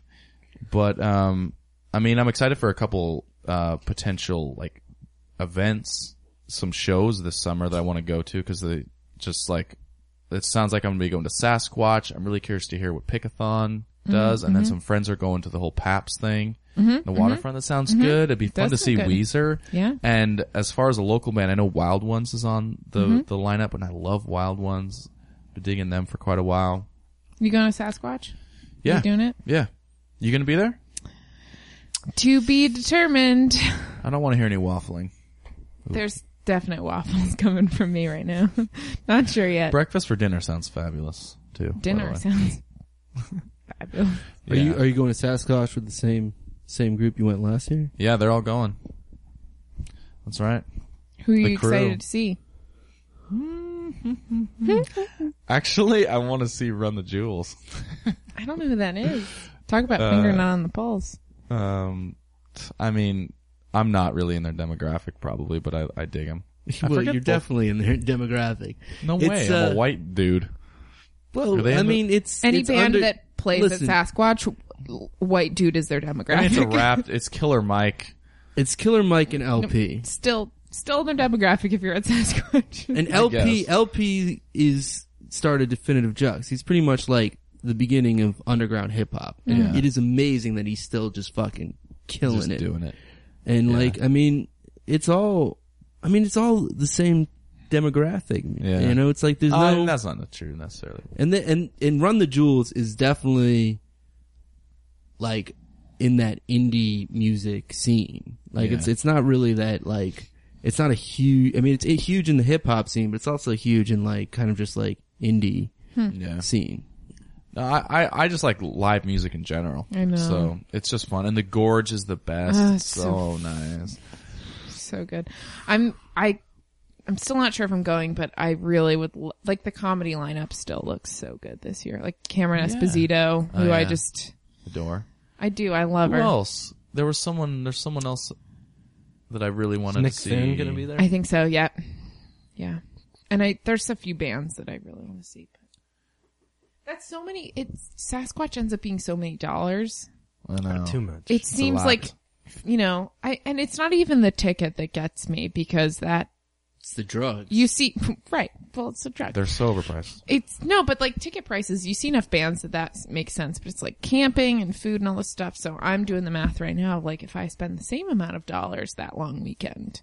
But um I mean, I'm excited for a couple uh potential like events some shows this summer that I want to go to because they just like it sounds like I'm gonna be going to Sasquatch. I'm really curious to hear what Pickathon Mm-hmm, does, and then some friends are going to the whole Paps thing, the waterfront. That sounds good. It'd be fun mm-hmm. does to see sound good. Weezer. Yeah. And as far as a local band, I know Wild Ones is on the Mm-hmm. the lineup, and I love Wild Ones. Been digging them for quite a while. You going to Sasquatch? Yeah, You doing it? Yeah, you gonna be there? To be determined. I don't want to hear any waffling. There's definite waffles coming from me right now. Not sure yet. Breakfast for dinner sounds fabulous too. by the Dinner way. sounds fabulous. Are you Yeah. are you going to Sasquatch with the same same group you went last year? Yeah, they're all going. That's right. Who are The you crew. excited to see? Actually, I want to see Run the Jewels. I don't know who that is. Talk about Uh, finger not on the pulse. Um, I mean, I'm not really in their demographic probably, but I, I dig them. well, you're definitely in their demographic. No It's, way. I'm uh, a white dude. Are Well, they I in the- mean, it's Any it's band under- that plays Listen, at Sasquatch, w- white dude is their I mean, it's a demographic. rap. It's Killer Mike. It's Killer Mike and LP. still, still their demographic if you're at Sasquatch. And LP guess. LP is started definitive jux. He's pretty much like the beginning of underground hip hop. And Yeah. It is amazing that he's still just fucking killing Just it. doing it. And like, I mean, it's all, I mean, it's all the same demographic. Yeah. You know, it's like there's Uh, no, that's not true necessarily. and the, and and Run the Jewels is definitely like in that indie music scene. Like Yeah. it's it's not really that like it's not a huge. I mean, it's huge in the hip hop scene, but it's also huge in like kind of just like indie Yeah. scene. No, I, I, I just like live music in general. I know. So it's just fun. And the gorge is the best. Ah, it's it's so, nice. so good. I'm I I'm still not sure if I'm going, but I really would l- like the comedy lineup. Still looks so good this year. Like Cameron Yeah. Esposito, Oh, who I yeah. just The door. I do I love Who her. else? There was someone. There's someone else that I really wanted Nick to see. Thune gonna be there? I think so. Yeah, yeah. And I there's a few bands that I really want to see. But that's so many. It's Sasquatch ends up being so many dollars. I know. Too much. It seems lot. like you know I and it's not even the ticket that gets me because that It's the drugs. you see right. Well, it's a drug. They're so overpriced. It's no, but like ticket prices, you see enough bands that that makes sense. But it's like camping and food and all this stuff. So I'm doing the math right now. Like if I spend the same amount of dollars that long weekend,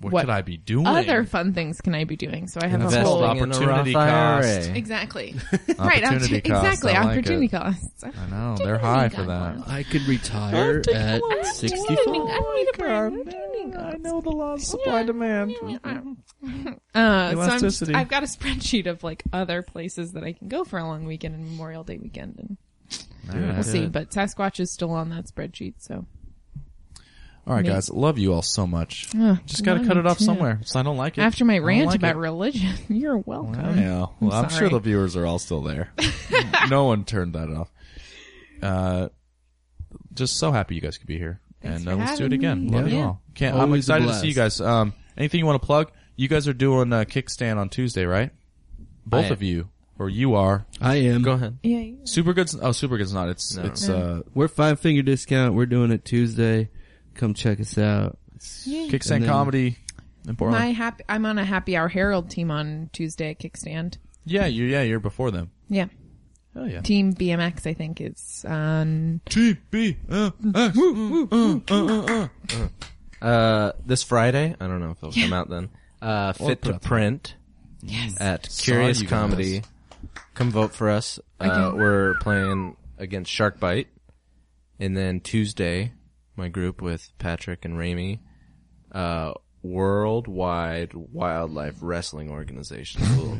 What, What could I be doing? other fun things can I be doing? So I have a Investing whole in a Opportunity Roth cost. IRA. exactly right Opportunity opportu- cost. exactly I like opportunity it. costs. I know they're high for guidelines. that. Uh, I could retire at I sixty don't four. need- I don't need a brand. I know the laws Yeah. demand. Mm-hmm. Uh, so I'm just, Elasticity. I've got a spreadsheet of like other places that I can go for a long weekend and Memorial Day weekend, and we'll see. But Sasquatch is still on that spreadsheet, so. All right, guys, love you all so much. Ugh, Just got to love cut you it off too. somewhere. So I don't like it. After my I don't rant like about it. religion, you're welcome. Oh, Yeah. Well, I'm, sure sorry. the viewers are all still there. no one turned that off. Uh, just so happy you guys could be here, and for uh, let's do it having again. me. Love you Yeah. all. Can't, I'm Always a excited to see you blast. guys. Um, anything you want to plug? You guys are doing uh, kickstand on Tuesday, right? Both am. of you, or you are. I am. Go ahead. Yeah, yeah. Super Good's. Oh, Super Good's not. It's No. it's No. uh, We're five finger discount. We're doing it Tuesday. Come check us out. Kickstand And then- Comedy in Portland. My happy, I'm on a happy hour Herald team on Tuesday at Kickstand. yeah, you yeah you're before them. Yeah, Oh yeah. Team BMX. I think it's on. T B Uh, this Friday, I don't know if it'll come out then. Uh, fit to print Yes, at Saw Curious you guys. Comedy. Come vote for us. Uh, we're playing against Shark Bite, and then Tuesday, my group with Patrick and Ramey, uh, Worldwide Wildlife Wrestling Organization will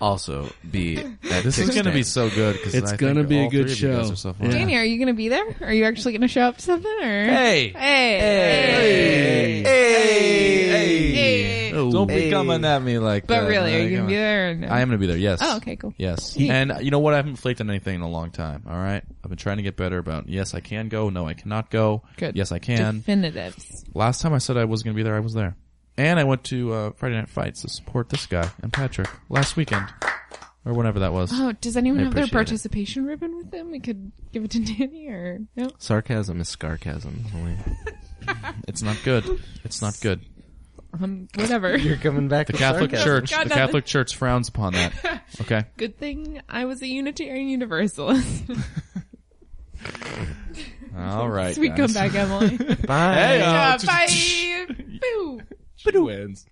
also be. At This is gonna Kickstand. be so good because It's gonna be a good show. So Yeah. fun. Danny, are you going to be there? Are you actually going to show up to something? Or? Hey. hey, hey, Hey! Hey. Don't be coming at me like that. But really, are man. you going to be there? Or no? I am Uh, gonna be there. Yes. Oh, okay, cool. Yes. And uh, you know what? I haven't flaked on anything in a long time. All right. I've been trying to get better about yes, I can go. No, I cannot go. Good. Yes, I can. Definitives. Last time I said I was gonna be there, I was there. And I went to uh, Friday Night Fights to support this guy and Patrick last weekend or whenever that was. Oh, does anyone I have their appreciate it. participation ribbon with them? We could give it to Danny or no? Sarcasm is sarcasm. It's not good. It's not good. on Um, whatever. You're coming back. The Catholic Church, God, the no. Catholic Church frowns upon that. Okay. Good thing I was a Unitarian Universalist. All right. Sweet guys. comeback, Emily. Bye. Hey, uh, uh, Yeah, bye. Boo. she wins.